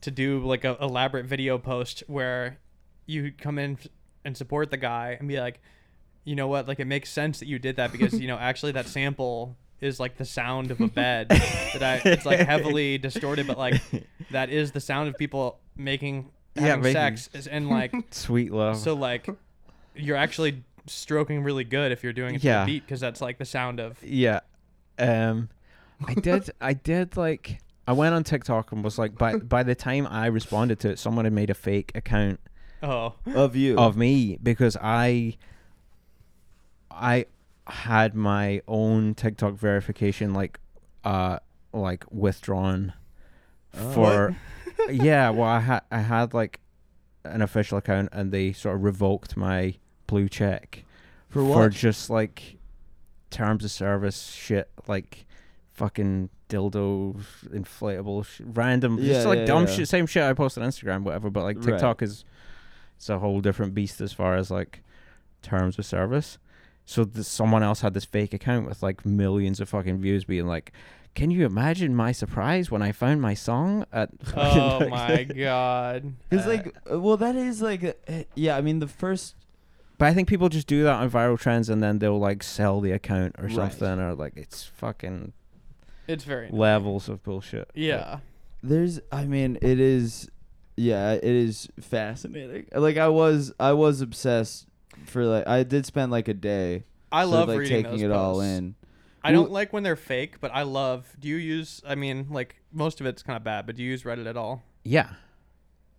Speaker 1: to do like a elaborate video post where you come in and support the guy and be like, you know what? Like it makes sense that you did that because you know actually that sample is like the sound of a bed that I it's like heavily distorted, but like that is the sound of people making
Speaker 3: Yeah,
Speaker 1: having
Speaker 3: making-
Speaker 1: sex is and like
Speaker 3: sweet love.
Speaker 1: so like you're actually stroking really good if you're doing it to
Speaker 3: Yeah.
Speaker 1: the beat because that's like the sound of
Speaker 3: yeah, um, I did. I did like. I went on TikTok and was like, by by the time I responded to it, someone had made a fake account
Speaker 1: oh
Speaker 2: of you.
Speaker 3: of me because I I had my own TikTok verification like uh like withdrawn
Speaker 2: Oh.
Speaker 3: for yeah, well I had I had like an official account and they sort of revoked my blue check
Speaker 2: for
Speaker 3: for
Speaker 2: what?
Speaker 3: just like terms of service shit like fucking dildo inflatable sh- random
Speaker 2: Yeah,
Speaker 3: just like
Speaker 2: yeah,
Speaker 3: dumb
Speaker 2: yeah.
Speaker 3: shit same shit i post on instagram whatever but like
Speaker 2: Right.
Speaker 3: tiktok is it's a whole different beast as far as like terms of service so th- someone else had this fake account with like millions of fucking views being like can you imagine my surprise when i found my song at
Speaker 1: Oh my god.
Speaker 2: Because
Speaker 3: Uh,
Speaker 2: like, uh, well, that is like, uh, yeah. I mean, the first
Speaker 3: But I think people just do that on viral trends and then they'll like sell the account or
Speaker 2: Right.
Speaker 3: something or like it's fucking
Speaker 1: It's very
Speaker 3: levels of bullshit.
Speaker 1: Yeah.
Speaker 2: there's, I mean, it is, yeah, it is fascinating. Like, I was, I was obsessed for like, I did spend like a day.
Speaker 1: I
Speaker 2: sort of,
Speaker 1: love
Speaker 2: like
Speaker 1: reading
Speaker 2: taking
Speaker 1: those
Speaker 2: it all
Speaker 1: posts.
Speaker 2: in.
Speaker 1: I don't
Speaker 2: Well-
Speaker 1: like when they're fake, but I love. Do you use I mean like most of it's kind of bad, but do you use Reddit at all?
Speaker 3: Yeah.
Speaker 1: What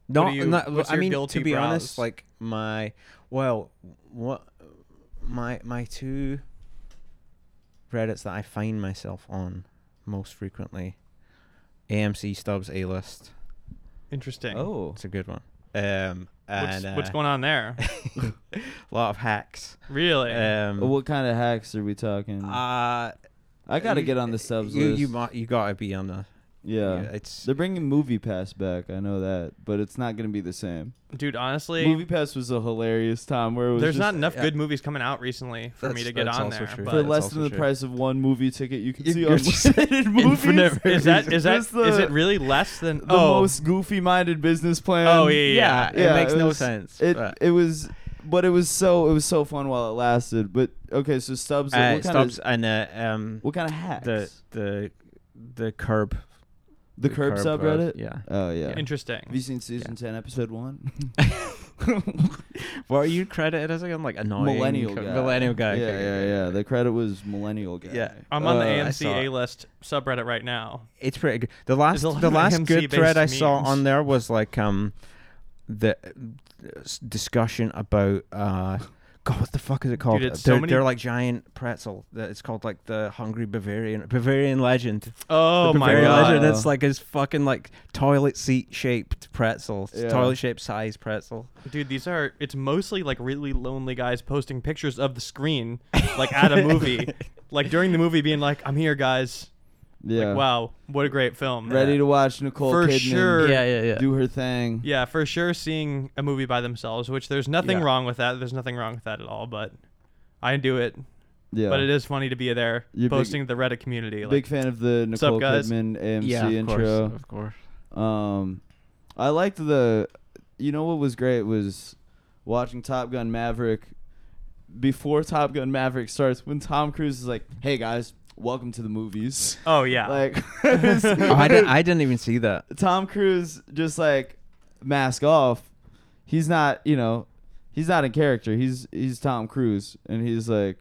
Speaker 3: Not,
Speaker 1: do you-
Speaker 3: not
Speaker 1: what's
Speaker 3: I
Speaker 1: your
Speaker 3: mean to
Speaker 1: guilty
Speaker 3: be
Speaker 1: browse?
Speaker 3: honest like my well what my my two Reddits that I find myself on most frequently AMC Stubbs A List.
Speaker 1: Interesting.
Speaker 2: Oh,
Speaker 3: It's a good one. Um
Speaker 1: What's,
Speaker 3: and
Speaker 1: what's
Speaker 3: uh,
Speaker 1: going on there?
Speaker 3: a lot of hacks.
Speaker 1: Really?
Speaker 2: Uh,
Speaker 3: Um
Speaker 2: what kind of hacks are we talking?
Speaker 3: uh,
Speaker 2: I gotta
Speaker 3: you-
Speaker 2: get on the subs
Speaker 3: you,
Speaker 2: list.
Speaker 3: You might, you gotta be on the.
Speaker 2: yeah.
Speaker 3: yeah, it's
Speaker 2: they're bringing Movie Pass back. I know that, but it's not gonna be the same.
Speaker 1: Dude, honestly,
Speaker 2: Movie Pass was a hilarious time where it was
Speaker 1: there's
Speaker 2: just- uh,
Speaker 1: not enough
Speaker 3: yeah.
Speaker 1: good movies coming out recently for me
Speaker 3: That's-
Speaker 1: to get
Speaker 3: that's
Speaker 1: on
Speaker 3: also
Speaker 1: there.
Speaker 3: true.
Speaker 1: But
Speaker 2: for
Speaker 3: That's
Speaker 2: less
Speaker 3: also
Speaker 2: than the
Speaker 3: true.
Speaker 2: price of one movie ticket you can
Speaker 3: You
Speaker 2: see
Speaker 3: could
Speaker 2: on
Speaker 3: just-
Speaker 2: movies.
Speaker 3: Infinite
Speaker 1: is that is that
Speaker 2: Just
Speaker 1: is
Speaker 2: the-
Speaker 1: it really less than
Speaker 2: the
Speaker 1: oh
Speaker 2: most goofy minded business plan.
Speaker 1: oh yeah yeah, yeah.
Speaker 3: yeah,
Speaker 2: Yeah,
Speaker 3: it makes
Speaker 2: it
Speaker 3: no
Speaker 2: was-
Speaker 3: sense.
Speaker 2: It
Speaker 3: but-
Speaker 2: it was but it was so it was so fun while it lasted. But okay, so Stubbs
Speaker 3: uh,
Speaker 2: what kind
Speaker 3: stops
Speaker 2: of
Speaker 3: and uh, um
Speaker 2: what kind of hacks?
Speaker 3: the the the curb
Speaker 2: the, curb, subreddit?
Speaker 3: yeah.
Speaker 2: Oh yeah. Have you
Speaker 1: interesting
Speaker 2: seen season ten, episode one?
Speaker 3: What are you credited as again? Like annoying
Speaker 2: millennial
Speaker 3: cur-
Speaker 2: guy.
Speaker 3: Millennial guy.
Speaker 2: Yeah,
Speaker 3: okay,
Speaker 2: yeah,
Speaker 3: okay.
Speaker 2: yeah. The credit was millennial guy.
Speaker 3: Yeah.
Speaker 1: I'm on the
Speaker 2: Uh,
Speaker 3: I
Speaker 1: AMC
Speaker 3: saw it.
Speaker 1: A list subreddit right now.
Speaker 3: It's pretty good. The last
Speaker 1: a lot
Speaker 3: the
Speaker 1: of
Speaker 3: last
Speaker 1: AMC
Speaker 3: good thread I
Speaker 1: based
Speaker 3: saw
Speaker 1: memes.
Speaker 3: on there was like um the uh, s- discussion about uh God, what the fuck is it called?
Speaker 1: it's so
Speaker 3: they're,
Speaker 1: many-
Speaker 3: they're like giant pretzel. That It's called like the Hungry Bavarian Bavarian legend.
Speaker 1: Oh
Speaker 3: the
Speaker 1: my
Speaker 3: Bavarian
Speaker 1: god.
Speaker 3: Legend, it's like his fucking like toilet seat shaped pretzel,
Speaker 2: Yeah.
Speaker 3: toilet shaped size pretzel.
Speaker 1: Dude, these are it's mostly like really lonely guys posting pictures of the screen like at a movie like during the movie being like, I'm here, guys.
Speaker 2: Yeah.
Speaker 1: Like, wow, what a great film.
Speaker 2: Ready to watch Nicole
Speaker 1: For
Speaker 2: Kidman
Speaker 1: sure.
Speaker 4: yeah, yeah, yeah.
Speaker 2: do her thing.
Speaker 1: Yeah, for sure seeing a movie by themselves, which there's nothing
Speaker 4: Yeah.
Speaker 1: wrong with that. There's nothing wrong with that at all, but I do it.
Speaker 2: Yeah.
Speaker 1: But it is funny to be there
Speaker 2: You're big-
Speaker 1: posting the Reddit community. Like,
Speaker 2: Big fan of the
Speaker 1: What's up,
Speaker 2: Nicole
Speaker 1: guys?
Speaker 2: Kidman AMC
Speaker 4: yeah, of
Speaker 2: intro.
Speaker 4: course, of course.
Speaker 2: Um, I liked the. You know what was great was watching Top Gun Maverick. Before Top Gun Maverick starts, when Tom Cruise is like, "Hey guys, welcome to the movies."
Speaker 1: oh yeah.
Speaker 2: Like,
Speaker 3: Oh, I, didn't, I didn't even see that.
Speaker 2: Tom Cruise just like mask off. He's not, you know, he's not in character. He's he's Tom Cruise, and he's like,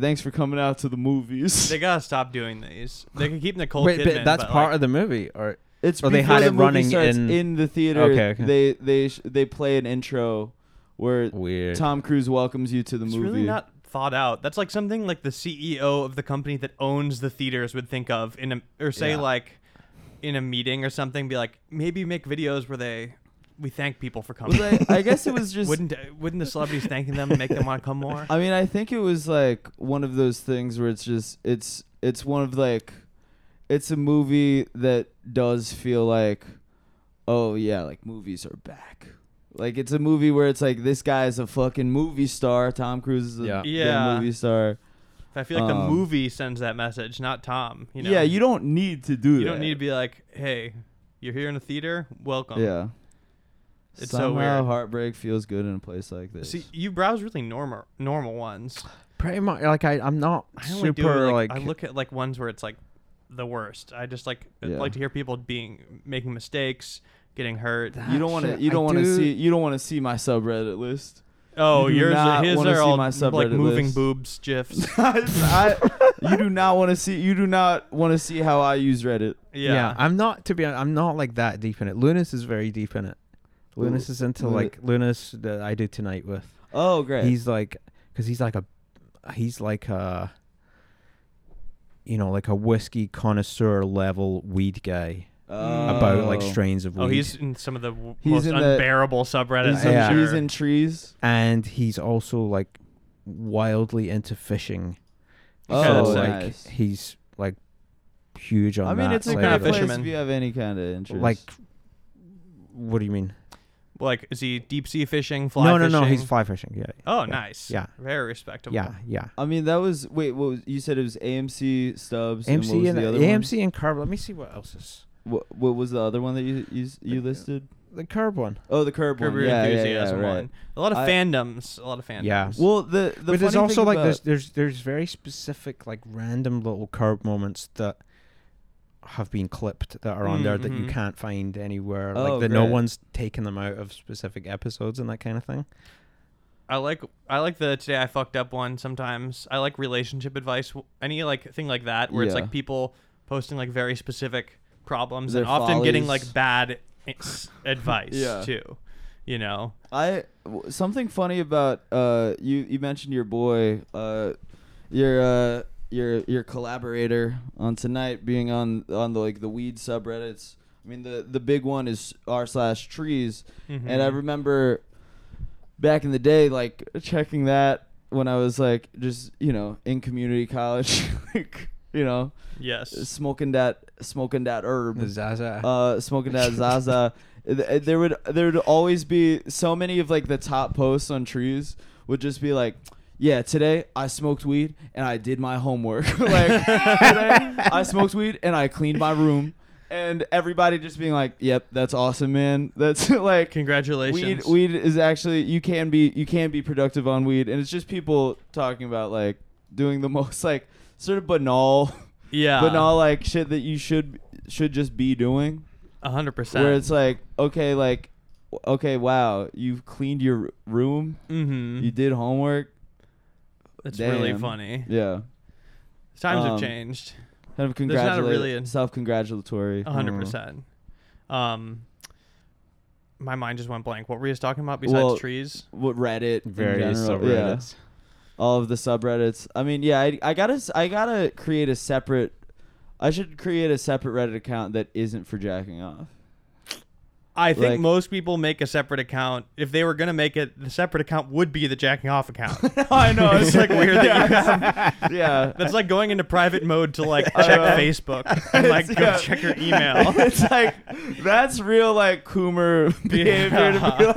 Speaker 2: "Thanks for coming out to the movies."
Speaker 1: they gotta stop doing these. They can keep Nicole
Speaker 3: Wait,
Speaker 1: Kidman.
Speaker 3: but that's
Speaker 1: but,
Speaker 3: part
Speaker 1: like,
Speaker 3: of the movie, or
Speaker 2: It's
Speaker 3: Oh, they
Speaker 2: before
Speaker 3: had
Speaker 2: the
Speaker 3: it
Speaker 2: movie
Speaker 3: running
Speaker 2: starts
Speaker 3: in-
Speaker 2: the theater.
Speaker 3: Okay, okay.
Speaker 2: They they sh- they play an intro where
Speaker 3: weird.
Speaker 2: Tom Cruise welcomes you to the
Speaker 1: It's
Speaker 2: movie.
Speaker 1: really not thought out. That's like something like the CEO of the company that owns the theaters would think of in a or say
Speaker 3: Yeah.
Speaker 1: like in a meeting or something. Be like, maybe make videos where they we thank people for coming.
Speaker 2: Was I, I guess it was just.
Speaker 1: wouldn't wouldn't the celebrities thanking them make them want to come more?
Speaker 2: I mean, I think it was like one of those things where it's just it's it's one of like, it's a movie that does feel like, oh yeah, like movies are back. Like it's a movie where it's like this guy is a fucking movie star. Tom Cruise is a
Speaker 3: Yeah.
Speaker 2: big
Speaker 1: Yeah.
Speaker 2: movie star.
Speaker 1: I feel like the
Speaker 2: Um,
Speaker 1: movie sends that message, not Tom. You know?
Speaker 2: yeah, you don't need to do
Speaker 1: You
Speaker 2: that.
Speaker 1: don't need to be like, hey, you're here in a theater. Welcome.
Speaker 2: Yeah.
Speaker 1: It's so
Speaker 2: Somehow
Speaker 1: weird.
Speaker 2: heartbreak feels good in a place like this.
Speaker 1: See, you browse really normal normal ones.
Speaker 3: Pretty much, like I, I'm not
Speaker 1: I only
Speaker 3: super
Speaker 1: do it,
Speaker 3: like,
Speaker 1: like, I look at like ones where it's like the worst. I just like
Speaker 2: Yeah.
Speaker 1: like to hear people being making mistakes, getting hurt.
Speaker 3: That-
Speaker 2: you don't want to.
Speaker 3: shit,
Speaker 2: You
Speaker 3: I
Speaker 2: don't want to
Speaker 3: do-
Speaker 2: see. You don't want to see my subreddit list.
Speaker 1: oh,
Speaker 2: You do
Speaker 1: yours
Speaker 2: not
Speaker 1: his
Speaker 2: wanna
Speaker 1: are
Speaker 2: see
Speaker 1: all
Speaker 2: my
Speaker 1: like
Speaker 2: subreddit
Speaker 1: moving
Speaker 2: list.
Speaker 1: boobs gifs.
Speaker 2: I, you do not want to see. You do not want to see how I use Reddit.
Speaker 1: Yeah.
Speaker 3: I'm not to be honest. I'm not like that deep in it. Lunas is very deep in it. Lunas is into
Speaker 2: Lu-
Speaker 3: like Lunas that I do tonight with.
Speaker 2: Oh great.
Speaker 3: He's like, because he's like a, he's like a, you know, like a whiskey connoisseur level weed guy about like
Speaker 2: Oh.
Speaker 3: strains of weed.
Speaker 1: Oh, he's in some of the w-
Speaker 2: He's
Speaker 1: most
Speaker 2: in the-
Speaker 1: unbearable subreddits.
Speaker 2: He's,
Speaker 1: I'm
Speaker 2: in,
Speaker 3: Yeah.
Speaker 1: sure.
Speaker 2: he's in trees.
Speaker 3: and he's also like wildly into fishing.
Speaker 2: Oh,
Speaker 1: that's
Speaker 3: so, like
Speaker 2: nice.
Speaker 3: he's like huge on
Speaker 2: I mean,
Speaker 3: that
Speaker 2: it's a
Speaker 3: side
Speaker 2: kind
Speaker 1: kinda
Speaker 2: of
Speaker 3: of it.
Speaker 2: place
Speaker 1: fisherman.
Speaker 2: if you have any kind of interest.
Speaker 3: Like, what do you mean?
Speaker 1: like is he deep sea fishing, fly
Speaker 3: no,
Speaker 1: fishing?
Speaker 3: no, no. He's fly fishing. Yeah.
Speaker 1: Oh,
Speaker 3: yeah,
Speaker 1: nice.
Speaker 3: Yeah.
Speaker 1: Very respectable.
Speaker 3: Yeah. Yeah.
Speaker 2: I mean, that was wait. What was, you said it was AMC Stubbs. and what
Speaker 3: AMC
Speaker 2: was
Speaker 3: and
Speaker 2: the other
Speaker 3: AMC and Curb. Let me see what else is
Speaker 2: One? What, what was the other one that you you, you listed?
Speaker 3: the Curb one.
Speaker 2: Oh, the curb,
Speaker 1: Curb
Speaker 2: one.
Speaker 1: Your
Speaker 2: Yeah, yeah, yeah,
Speaker 1: enthusiasm
Speaker 2: right.
Speaker 1: one. A lot of
Speaker 2: I-
Speaker 1: fandoms. A lot of fandoms.
Speaker 3: Yeah.
Speaker 2: Well, the the
Speaker 3: but there's
Speaker 2: funny
Speaker 3: also
Speaker 2: thing
Speaker 3: like
Speaker 2: about-
Speaker 3: there's there's there's very specific like random little Curb moments that have been clipped that are on there that you
Speaker 1: Mhm.
Speaker 3: can't find anywhere.
Speaker 2: Mm-hmm. Oh,
Speaker 3: like that no
Speaker 2: great.
Speaker 3: one's taken them out of specific episodes and that kind of thing.
Speaker 1: I like I like the today I fucked up one sometimes. I like relationship advice, w- any like thing like that where it's
Speaker 2: Yeah.
Speaker 1: like people posting like very specific problems
Speaker 2: Their
Speaker 1: and often getting
Speaker 2: follies.
Speaker 1: like bad s- advice
Speaker 2: Yeah.
Speaker 1: too. You know,
Speaker 2: I w- something funny about uh you you mentioned your boy uh your uh your your collaborator on tonight being on on the like the weed subreddits. I mean the the big one is r slash trees, and I remember back in the day like checking that when I was like just you know in community college like you know
Speaker 1: yes,
Speaker 2: smoking that smoking that herb
Speaker 3: The Zaza.
Speaker 2: uh, smoking that Zaza. th- eh, there would there would always be so many of like the top posts on trees would just be like, yeah, today I smoked weed and I did my homework. like today I smoked weed and I cleaned my room. And everybody just being like, "Yep, that's awesome, man. That's like weed.
Speaker 1: congratulations.
Speaker 2: Weed is actually you can be you can be productive on weed, and it's just people talking about like doing the most like sort of banal,
Speaker 1: yeah,
Speaker 2: banal like shit that you should should just be doing
Speaker 1: a hundred percent.
Speaker 2: where it's like okay like okay wow you've cleaned your room
Speaker 1: mm-hmm.
Speaker 2: you did homework
Speaker 1: It's really
Speaker 2: damn.
Speaker 1: funny.
Speaker 2: yeah
Speaker 1: Times
Speaker 2: Um,
Speaker 1: have changed.
Speaker 2: kind of
Speaker 1: not a
Speaker 2: congratulatory
Speaker 1: really- Uh-huh.
Speaker 2: self-congratulatory
Speaker 1: A hundred
Speaker 3: Mm.
Speaker 1: percent. Um, my mind just went blank. What were you talking about besides
Speaker 2: Well,
Speaker 1: trees?
Speaker 2: what reddit in
Speaker 3: various
Speaker 2: general, yeah.
Speaker 3: subreddits.
Speaker 2: all of the subreddits i mean yeah I, I gotta s- i gotta create a separate i should create a separate reddit account that isn't for jacking off
Speaker 1: I think
Speaker 2: Like-
Speaker 1: most people make a separate account. If they were gonna make it, the separate account would be the jacking off account.
Speaker 2: I know.
Speaker 1: it's like weird that you have
Speaker 2: yeah.
Speaker 1: That's like going into private mode to like check
Speaker 2: know.
Speaker 1: Facebook and like
Speaker 2: It's-
Speaker 1: go
Speaker 2: yeah.
Speaker 1: check your email.
Speaker 2: it's like that's real like Coomer behavior to be
Speaker 1: Yeah.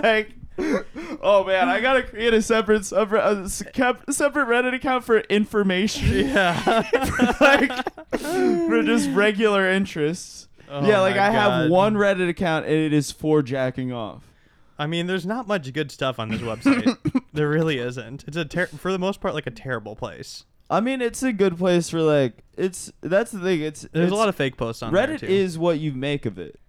Speaker 2: like, oh man, I gotta create a separate separate, a s- kept- separate Reddit account for information,
Speaker 1: Yeah.
Speaker 2: for, like for just regular interests.
Speaker 1: Oh
Speaker 2: yeah, like
Speaker 1: my
Speaker 2: I have
Speaker 1: God.
Speaker 2: one Reddit account and it is for jacking off.
Speaker 1: I mean, there's not much good stuff on this website. there really isn't. It's a ter- for the most part like a terrible place.
Speaker 2: I mean, it's a good place for like it's that's the thing. It's
Speaker 1: There's
Speaker 2: it's,
Speaker 1: a lot of fake posts on there
Speaker 2: Reddit
Speaker 1: too.
Speaker 2: is what you make of it.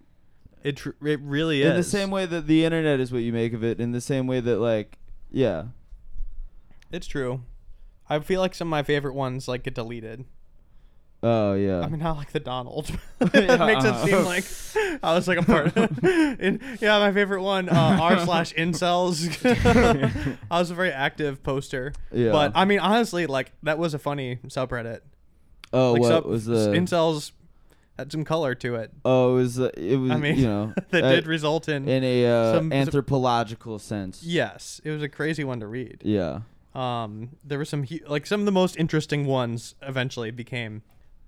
Speaker 1: it tr- it really is
Speaker 2: in the same way that the internet is what you make of it. In the same way that like yeah.
Speaker 1: It's true. I feel like some of my favorite ones like get deleted.
Speaker 2: Oh yeah.
Speaker 1: I mean, not like the Donald. it makes
Speaker 2: Uh-huh.
Speaker 1: it seem like I was like a part. in, yeah, my favorite one, uh, r slash incels. I was a very active poster.
Speaker 2: Yeah.
Speaker 1: But I mean, honestly, like that was a funny subreddit.
Speaker 2: oh,
Speaker 1: Like,
Speaker 2: what
Speaker 1: sub-
Speaker 2: was the
Speaker 1: incels had some color to it.
Speaker 2: Oh, it was uh, it was
Speaker 1: I mean,
Speaker 2: you know
Speaker 1: that
Speaker 2: uh,
Speaker 1: did result in.
Speaker 2: in a uh,
Speaker 1: some-
Speaker 2: anthropological sense.
Speaker 1: yes, it was a crazy one to read.
Speaker 2: Yeah.
Speaker 1: Um, there were some hu- like some of the most interesting ones. Eventually, became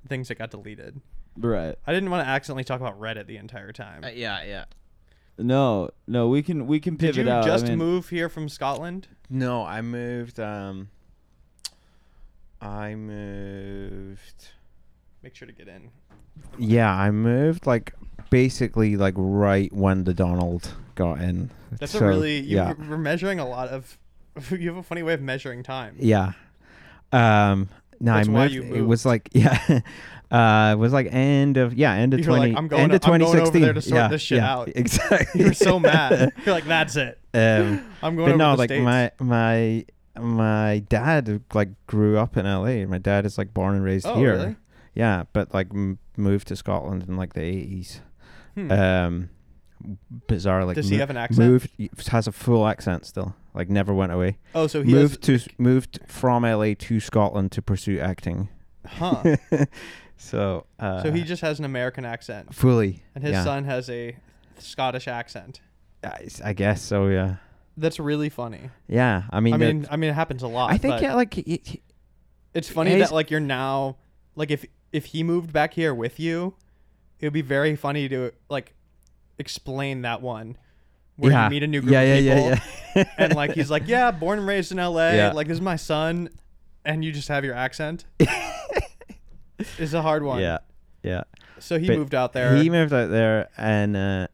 Speaker 1: things that got deleted.
Speaker 2: Right.
Speaker 1: I didn't want to accidentally talk about Reddit the entire time.
Speaker 2: Uh,
Speaker 4: yeah, yeah.
Speaker 2: No, no, we can we can pivot
Speaker 1: Did you
Speaker 2: out. I
Speaker 1: just
Speaker 2: mean-
Speaker 1: move here from Scotland?
Speaker 4: No, I moved. Um, I moved.
Speaker 1: Make sure to get in.
Speaker 3: Yeah, I moved like basically like right when the Donald got in.
Speaker 1: That's
Speaker 3: So,
Speaker 1: a really you,
Speaker 3: yeah
Speaker 1: we're measuring a lot of. You have a funny way of measuring time.
Speaker 3: yeah. Um, no,
Speaker 1: That's
Speaker 3: I
Speaker 1: why
Speaker 3: moved.
Speaker 1: you
Speaker 3: It was like yeah, uh, it was like end of yeah end of
Speaker 1: You were like,
Speaker 3: twenty
Speaker 1: "I'm going
Speaker 3: end
Speaker 1: o-
Speaker 3: of
Speaker 1: I'm going
Speaker 3: twenty
Speaker 1: over there
Speaker 3: sixteen.
Speaker 1: to sort
Speaker 3: yeah,
Speaker 1: this shit
Speaker 3: yeah,
Speaker 1: out.
Speaker 3: Exactly.
Speaker 1: You're so mad. You're like, that's it.
Speaker 3: um,
Speaker 1: I'm going over
Speaker 3: but no,
Speaker 1: the
Speaker 3: like
Speaker 1: States."
Speaker 3: my my my dad like grew up in L.A. My dad is like born and raised
Speaker 1: Oh,
Speaker 3: here.
Speaker 1: really?
Speaker 3: Yeah, but like m- moved to Scotland in like the eighties.
Speaker 1: Hmm.
Speaker 3: Um, bizarre. Like
Speaker 1: Does he
Speaker 3: mo-
Speaker 1: have an accent?
Speaker 3: Moved has a full accent still. Like never went away.
Speaker 1: oh, so he
Speaker 3: moved to moved from LA to Scotland to pursue acting.
Speaker 1: Has, huh?
Speaker 3: So uh,
Speaker 1: so he just has an American accent,
Speaker 3: fully
Speaker 1: and his
Speaker 3: yeah.
Speaker 1: son has a Scottish accent.
Speaker 3: I, I guess so. Yeah.
Speaker 1: That's really funny.
Speaker 3: Yeah. I mean.
Speaker 1: I
Speaker 3: that-
Speaker 1: mean, I mean, it happens a lot.
Speaker 3: I think
Speaker 1: but
Speaker 3: yeah, like he- he-
Speaker 1: it's funny
Speaker 3: yeah,
Speaker 1: that
Speaker 3: he's-
Speaker 1: like you're now, like if if he moved back here with you, it would be very funny to like explain that one where
Speaker 3: yeah.
Speaker 1: you meet a new group
Speaker 3: yeah,
Speaker 1: of
Speaker 3: yeah,
Speaker 1: people.
Speaker 3: Yeah. Yeah.
Speaker 1: and like he's like, yeah, born and raised in L.A.
Speaker 3: Yeah.
Speaker 1: Like this is my son, and you just have your accent. it's a hard one.
Speaker 3: yeah. Yeah.
Speaker 1: So he
Speaker 3: But
Speaker 1: moved out there.
Speaker 3: He moved out there and uh,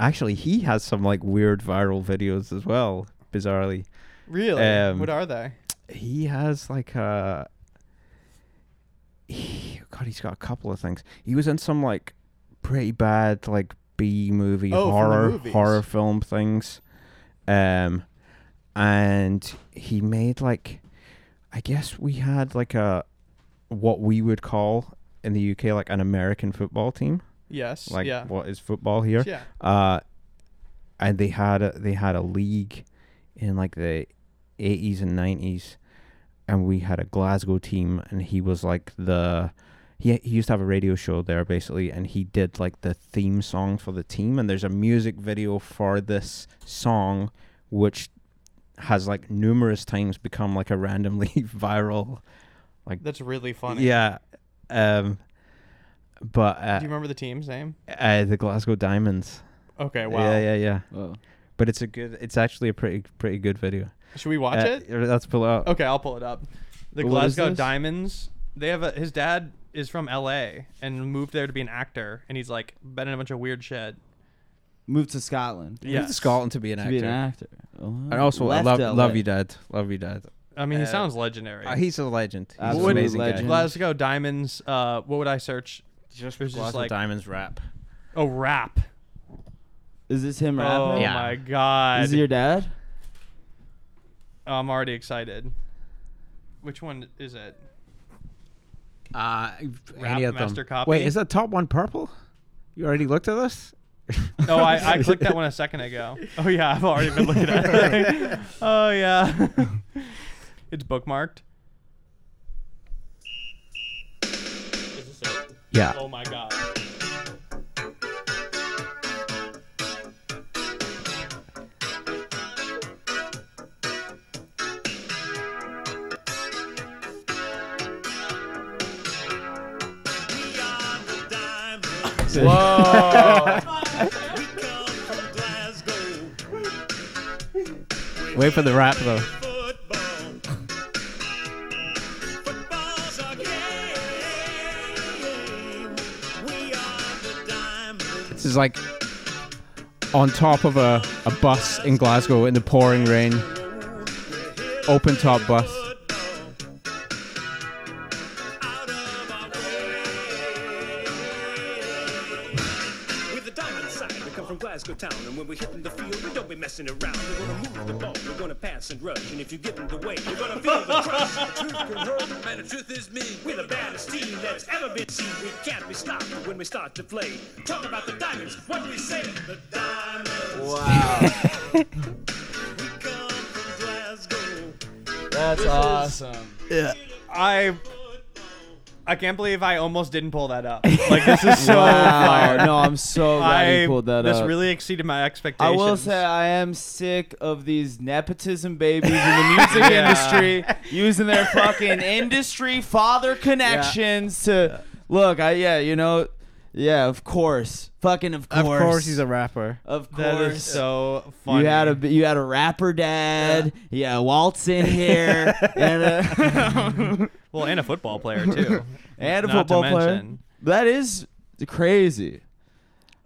Speaker 3: actually he has some like weird viral videos as well, bizarrely.
Speaker 1: really?
Speaker 3: um,
Speaker 1: what are they?
Speaker 3: He has like a he, God, he's got a couple of things. He was in some like pretty bad like B movie
Speaker 1: Oh, from the
Speaker 3: horror
Speaker 1: movies.
Speaker 3: horror film things. Um and he made like I guess we had like a what we would call in the UK like an American football team
Speaker 1: Yes.
Speaker 3: like
Speaker 1: yeah.
Speaker 3: what is football here
Speaker 1: Yeah.
Speaker 3: uh and they had a they had a league in like the 80s and 90s and we had a glasgow team and he was like the he, he used to have a radio show there basically and he did like the theme song for the team and there's a music video for this song which has like numerous times become like a randomly viral
Speaker 1: That's really funny.
Speaker 3: yeah um but uh,
Speaker 1: Do you remember the team's name?
Speaker 3: uh the glasgow diamonds
Speaker 1: Okay. Wow.
Speaker 3: yeah yeah yeah
Speaker 2: Oh.
Speaker 3: but it's a good it's actually a pretty pretty good video
Speaker 1: Should we watch
Speaker 3: Uh,
Speaker 1: it?
Speaker 3: er, let's pull out
Speaker 1: Okay, I'll pull it up. The
Speaker 2: What is
Speaker 1: Glasgow
Speaker 2: this?
Speaker 1: Diamonds. They have a his dad is from L.A. and moved there to be an actor, and he's like been in a bunch of weird shit.
Speaker 2: Moved to Scotland
Speaker 3: Moved to
Speaker 1: Yes.
Speaker 3: scotland to be an
Speaker 2: to
Speaker 3: actor
Speaker 2: be an actor. Oh,
Speaker 3: and also i
Speaker 2: left
Speaker 3: love
Speaker 2: LA.
Speaker 3: love you dad love you dad
Speaker 1: I mean, he
Speaker 3: Uh,
Speaker 1: sounds legendary.
Speaker 3: Uh, he's a legend he's
Speaker 2: Absolute
Speaker 3: an amazing
Speaker 2: legend.
Speaker 3: guy
Speaker 1: Glasgow Diamonds. Uh, what would I search?
Speaker 3: just
Speaker 1: There's just Glasgow like-
Speaker 3: diamonds rap
Speaker 1: Oh, rap.
Speaker 2: Is this him
Speaker 1: Oh
Speaker 2: rapping?
Speaker 3: Yeah.
Speaker 1: my god.
Speaker 2: Is it your dad?
Speaker 1: I'm already excited. Which one is it?
Speaker 3: uh
Speaker 1: Rap master copy?
Speaker 3: wait is that top one purple you already looked at this
Speaker 1: Oh, I, I clicked that one a second ago. Oh yeah, I've already been looking at it. oh yeah. it's bookmarked. Is this it?
Speaker 3: yeah
Speaker 1: Oh my god.
Speaker 2: Jackson.
Speaker 5: Wait for the rap though. This is like on top of a, a bus in Glasgow in the pouring rain. Open top bus.
Speaker 6: With the diamond side, we come from Glasgow town, and when we hit in the field, we don't be messing around. We're gonna move the ball, we're gonna pass and rush, and if you get in the way, you're gonna feel the crush. The truth can hurt, and the truth is me. We're the baddest team that's ever been seen. We can't be stopped when we start to play. Talk about the diamonds, what do we say? The diamonds.
Speaker 2: Wow.
Speaker 6: We come from Glasgow.
Speaker 2: That's awesome.
Speaker 1: I I can't believe I almost didn't pull that up. Like this is so
Speaker 2: wow.
Speaker 1: fire.
Speaker 2: No, I'm so glad
Speaker 1: I
Speaker 2: you pulled that
Speaker 1: this
Speaker 2: up.
Speaker 1: really exceeded my
Speaker 2: I
Speaker 1: expectations.
Speaker 2: will say I am sick of these nepotism babies in the music industry using their fucking industry father connections to look. I yeah, you know, yeah, of course, fucking of course,
Speaker 5: rapper.
Speaker 2: of course.
Speaker 1: that is so funny.
Speaker 2: You had a you had a rapper dad. Yeah, Walt's in here, and a,
Speaker 1: well, and a football player too.
Speaker 2: and a
Speaker 1: Not to
Speaker 2: football player.
Speaker 1: mention-
Speaker 2: That is crazy.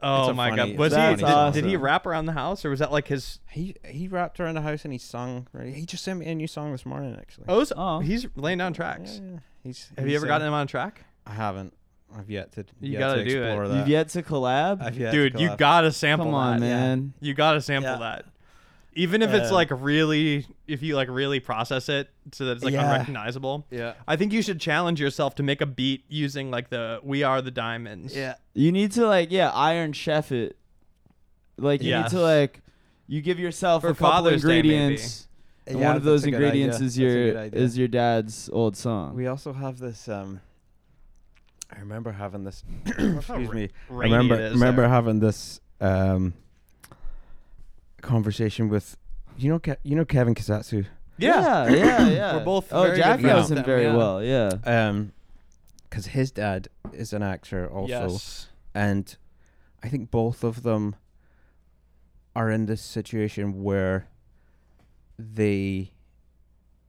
Speaker 1: Oh
Speaker 3: a
Speaker 1: my
Speaker 3: funny-
Speaker 1: god, was he?
Speaker 2: that's
Speaker 1: Did, did he
Speaker 2: awesome.
Speaker 1: rap around the house, or was that like his?
Speaker 5: He he rapped around the house and he sung. Right? He just sent me a new song this morning actually.
Speaker 1: Oh, it's-
Speaker 2: Oh.
Speaker 1: he's laying down tracks.
Speaker 5: Yeah, yeah. He's,
Speaker 1: Have you
Speaker 5: he's,
Speaker 1: ever
Speaker 5: uh,
Speaker 1: gotten him on track,
Speaker 5: I haven't. I've yet to.
Speaker 1: You
Speaker 5: yet
Speaker 1: gotta
Speaker 5: to
Speaker 1: do it.
Speaker 5: explore
Speaker 2: You've
Speaker 5: That.
Speaker 2: yet to collab.
Speaker 5: I've yet to
Speaker 1: dude? You
Speaker 5: collab.
Speaker 1: gotta sample
Speaker 2: Come on,
Speaker 1: that.
Speaker 2: man.
Speaker 1: You gotta sample
Speaker 2: Yeah.
Speaker 1: that. Even if it's
Speaker 5: Uh,
Speaker 1: like really, if you like really process it so that it's like
Speaker 5: Yeah.
Speaker 1: unrecognizable.
Speaker 5: Yeah.
Speaker 1: I think you should challenge yourself to make a beat using like the "We Are the Diamonds."
Speaker 5: Yeah.
Speaker 2: You need to like yeah, Iron Chef it. Like you
Speaker 1: Yes.
Speaker 2: need to like you give yourself
Speaker 1: For
Speaker 2: a couple
Speaker 1: Father's Day, maybe.
Speaker 2: ingredients. and
Speaker 5: Yeah,
Speaker 2: one of those
Speaker 5: that's a good
Speaker 2: ingredients
Speaker 5: idea.
Speaker 2: is
Speaker 5: That's a
Speaker 2: your
Speaker 5: good idea.
Speaker 2: is your dad's old song.
Speaker 3: We also have this. Um, I remember having this.
Speaker 1: how
Speaker 3: excuse
Speaker 1: ra-
Speaker 3: me. I
Speaker 1: rainy
Speaker 3: remember
Speaker 1: it is
Speaker 3: remember
Speaker 1: there.
Speaker 3: having this um, conversation with you know Ke- you know Kevin Kasatsu.
Speaker 2: yeah, yeah, yeah.
Speaker 1: We're both
Speaker 2: Oh,
Speaker 1: very good
Speaker 2: Jack
Speaker 1: friends with
Speaker 2: knows him
Speaker 1: them,
Speaker 2: very
Speaker 1: yeah.
Speaker 2: well. Yeah.
Speaker 3: Um 'cause because his dad is an actor also,
Speaker 1: Yes.
Speaker 3: and I think both of them are in this situation where they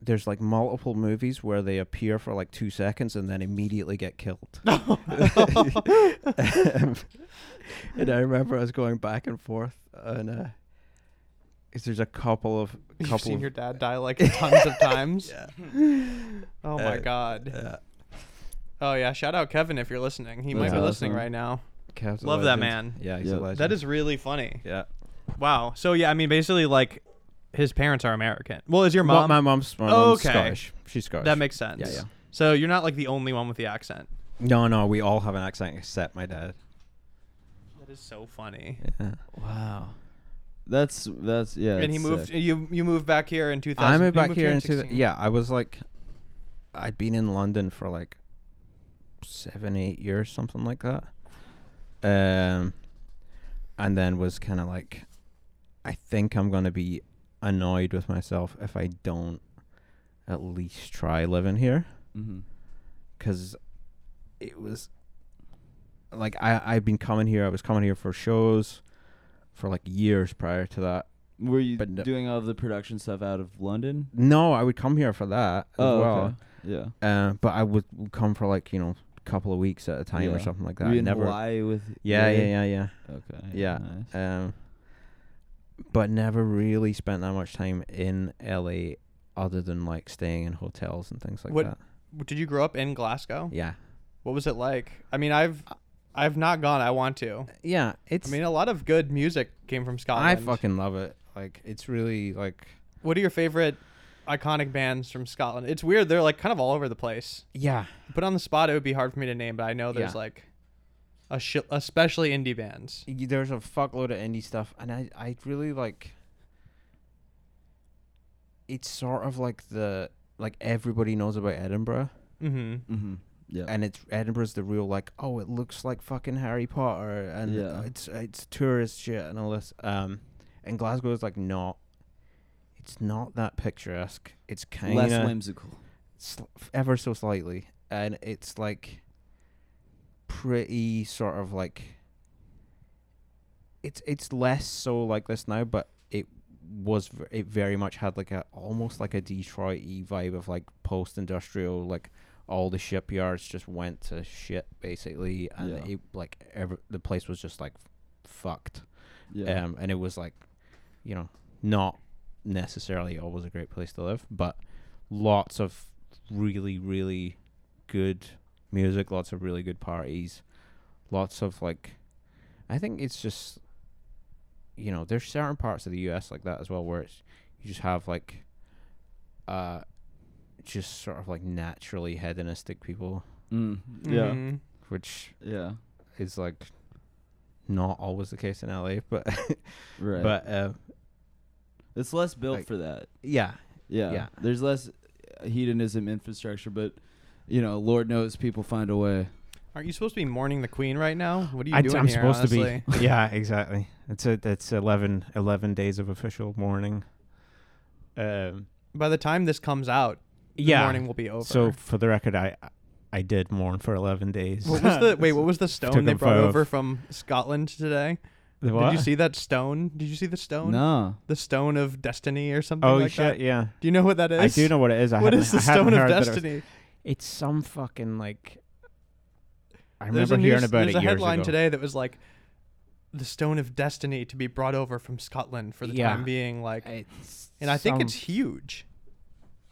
Speaker 3: there's like multiple movies where they appear for like two seconds and then immediately get killed. Um, and I remember I was going back and forth, and uh, 'cause there's a couple of
Speaker 1: You've
Speaker 3: couple
Speaker 1: seen
Speaker 3: of,
Speaker 1: your dad die like tons of times. Oh my
Speaker 3: Uh,
Speaker 1: god.
Speaker 3: yeah.
Speaker 1: Oh yeah, shout out Kevin if you're listening. He might
Speaker 2: That's
Speaker 1: be listening
Speaker 2: awesome.
Speaker 1: right now.
Speaker 3: Cavs are
Speaker 1: Love that man.
Speaker 3: legends. Yeah, he's
Speaker 2: Yeah.
Speaker 3: a legend.
Speaker 1: That is really funny.
Speaker 3: yeah.
Speaker 1: Wow. So yeah, I mean basically like his parents are American. Well, is your
Speaker 3: Mom,
Speaker 1: mom?
Speaker 3: my mom's my mom's
Speaker 1: Okay.
Speaker 3: Scottish. She's Scottish.
Speaker 1: that makes sense.
Speaker 3: Yeah, yeah.
Speaker 1: So you're not like the only one with the accent.
Speaker 3: No, no, we all have an accent except my dad.
Speaker 1: That is so funny.
Speaker 2: Wow. That's that's yeah.
Speaker 1: and he
Speaker 2: it's
Speaker 1: moved
Speaker 2: sick.
Speaker 1: you you moved back here in 2000.
Speaker 3: I
Speaker 1: you
Speaker 3: moved back here
Speaker 1: in
Speaker 3: into the,
Speaker 1: 16.
Speaker 3: yeah. I was like, I'd been in London for like seven, eight years, something like that. Um, and then was kind of like, I think I'm gonna be annoyed with myself if I don't at least try living here
Speaker 2: Mhm.
Speaker 3: because it was like I I've been coming here. I was coming here for shows for like years prior to that.
Speaker 2: Were you
Speaker 3: But no-
Speaker 2: doing all the production stuff out of London?
Speaker 3: No, I would come here for that as
Speaker 2: Oh,
Speaker 3: well.
Speaker 2: okay. yeah.
Speaker 3: Uh, but I would would come for like you know a couple of weeks at a time
Speaker 2: Yeah.
Speaker 3: or something like that.
Speaker 2: Were
Speaker 3: I
Speaker 2: you in
Speaker 3: never.
Speaker 2: Hawaii with?
Speaker 3: Yeah, yeah, yeah, yeah.
Speaker 2: Okay.
Speaker 3: Yeah.
Speaker 2: nice.
Speaker 3: Um, but never really spent that much time in LA, other than like staying in hotels and things like
Speaker 1: What-
Speaker 3: that.
Speaker 1: Did you grow up in Glasgow?
Speaker 3: Yeah,
Speaker 1: What was it like? I mean, I've I've not gone. I want to.
Speaker 3: yeah.
Speaker 1: I
Speaker 3: It's. I,
Speaker 1: mean, a lot of good music came from Scotland.
Speaker 3: fucking love it. Like it's really like
Speaker 1: What are your favorite iconic bands from Scotland? It's weird. They're like kind of all over the place.
Speaker 3: yeah.
Speaker 1: Put on the spot, it would be hard for me to name, but I know there's
Speaker 3: Yeah.
Speaker 1: like a sh- especially indie bands.
Speaker 3: y- There's a fuckload of indie stuff, and I I really like. It's sort of like the like everybody knows about Edinburgh.
Speaker 1: Mm-hmm.
Speaker 2: Mm-hmm. Yeah.
Speaker 3: and it's Edinburgh's the real like oh it looks like fucking Harry Potter and
Speaker 2: Yeah.
Speaker 3: it's it's tourist shit and all this um and Glasgow is like not it's not that picturesque it's kind
Speaker 2: Less
Speaker 3: of
Speaker 2: whimsical.
Speaker 3: sl- ever so slightly and it's like pretty sort of like it's it's less so like this now, but it was v- it very much had like a almost like a Detroit y vibe of like post industrial like all the shipyards just went to shit basically and
Speaker 2: Yeah.
Speaker 3: it like every, the place was just like fucked
Speaker 2: Yeah.
Speaker 3: um, and it was like, you know, not necessarily always a great place to live, but lots of really, really good music, lots of really good parties, lots of like, I think it's just, you know, there's certain parts of the U.S. like that as well where it's you just have like, uh, just sort of like naturally hedonistic people,
Speaker 2: Mm. Yeah.
Speaker 1: Mhm.
Speaker 3: which
Speaker 2: Yeah.
Speaker 3: is like not always the case in LA, but
Speaker 2: Right.
Speaker 3: but uh,
Speaker 2: it's less built
Speaker 3: like-
Speaker 2: for that.
Speaker 3: yeah,
Speaker 2: Yeah.
Speaker 3: Yeah.
Speaker 2: There's less uh, hedonism infrastructure, but you know, Lord knows people find a way.
Speaker 1: Aren't you supposed to be mourning the queen right now? What are you
Speaker 3: I,
Speaker 1: doing
Speaker 3: am
Speaker 1: here,
Speaker 3: supposed
Speaker 1: honestly?
Speaker 3: to be. Yeah, exactly. It's a it's 11, 11 days of official mourning. Um,
Speaker 1: By the time this comes out, the
Speaker 3: yeah.
Speaker 1: morning will be over.
Speaker 3: So for the record, I I did mourn for eleven days.
Speaker 1: what was the wait? What was the
Speaker 3: Took
Speaker 1: stone they
Speaker 3: a
Speaker 1: brought
Speaker 3: photo of-
Speaker 1: over from Scotland today?
Speaker 3: The
Speaker 1: Did
Speaker 3: what?
Speaker 1: you see that stone? Did you see the stone?
Speaker 2: No.
Speaker 1: The stone of destiny or something
Speaker 3: Oh
Speaker 1: like
Speaker 3: shit!
Speaker 1: that.
Speaker 3: Yeah,
Speaker 1: Do you know what that is?
Speaker 3: I do know what it is. I
Speaker 1: What
Speaker 3: haven't-
Speaker 1: is the
Speaker 3: I haven't
Speaker 1: stone of
Speaker 3: heard that it was-
Speaker 1: destiny?
Speaker 3: it's some fucking like. I
Speaker 1: There's
Speaker 3: remember
Speaker 1: a
Speaker 3: hearing
Speaker 1: news-
Speaker 3: about
Speaker 1: there's
Speaker 3: it
Speaker 1: a
Speaker 3: years
Speaker 1: headline
Speaker 3: ago.
Speaker 1: today that was like the stone of destiny to be brought over from Scotland for the
Speaker 3: Yeah.
Speaker 1: time being like
Speaker 3: It's
Speaker 1: and I think
Speaker 3: some-
Speaker 1: it's huge.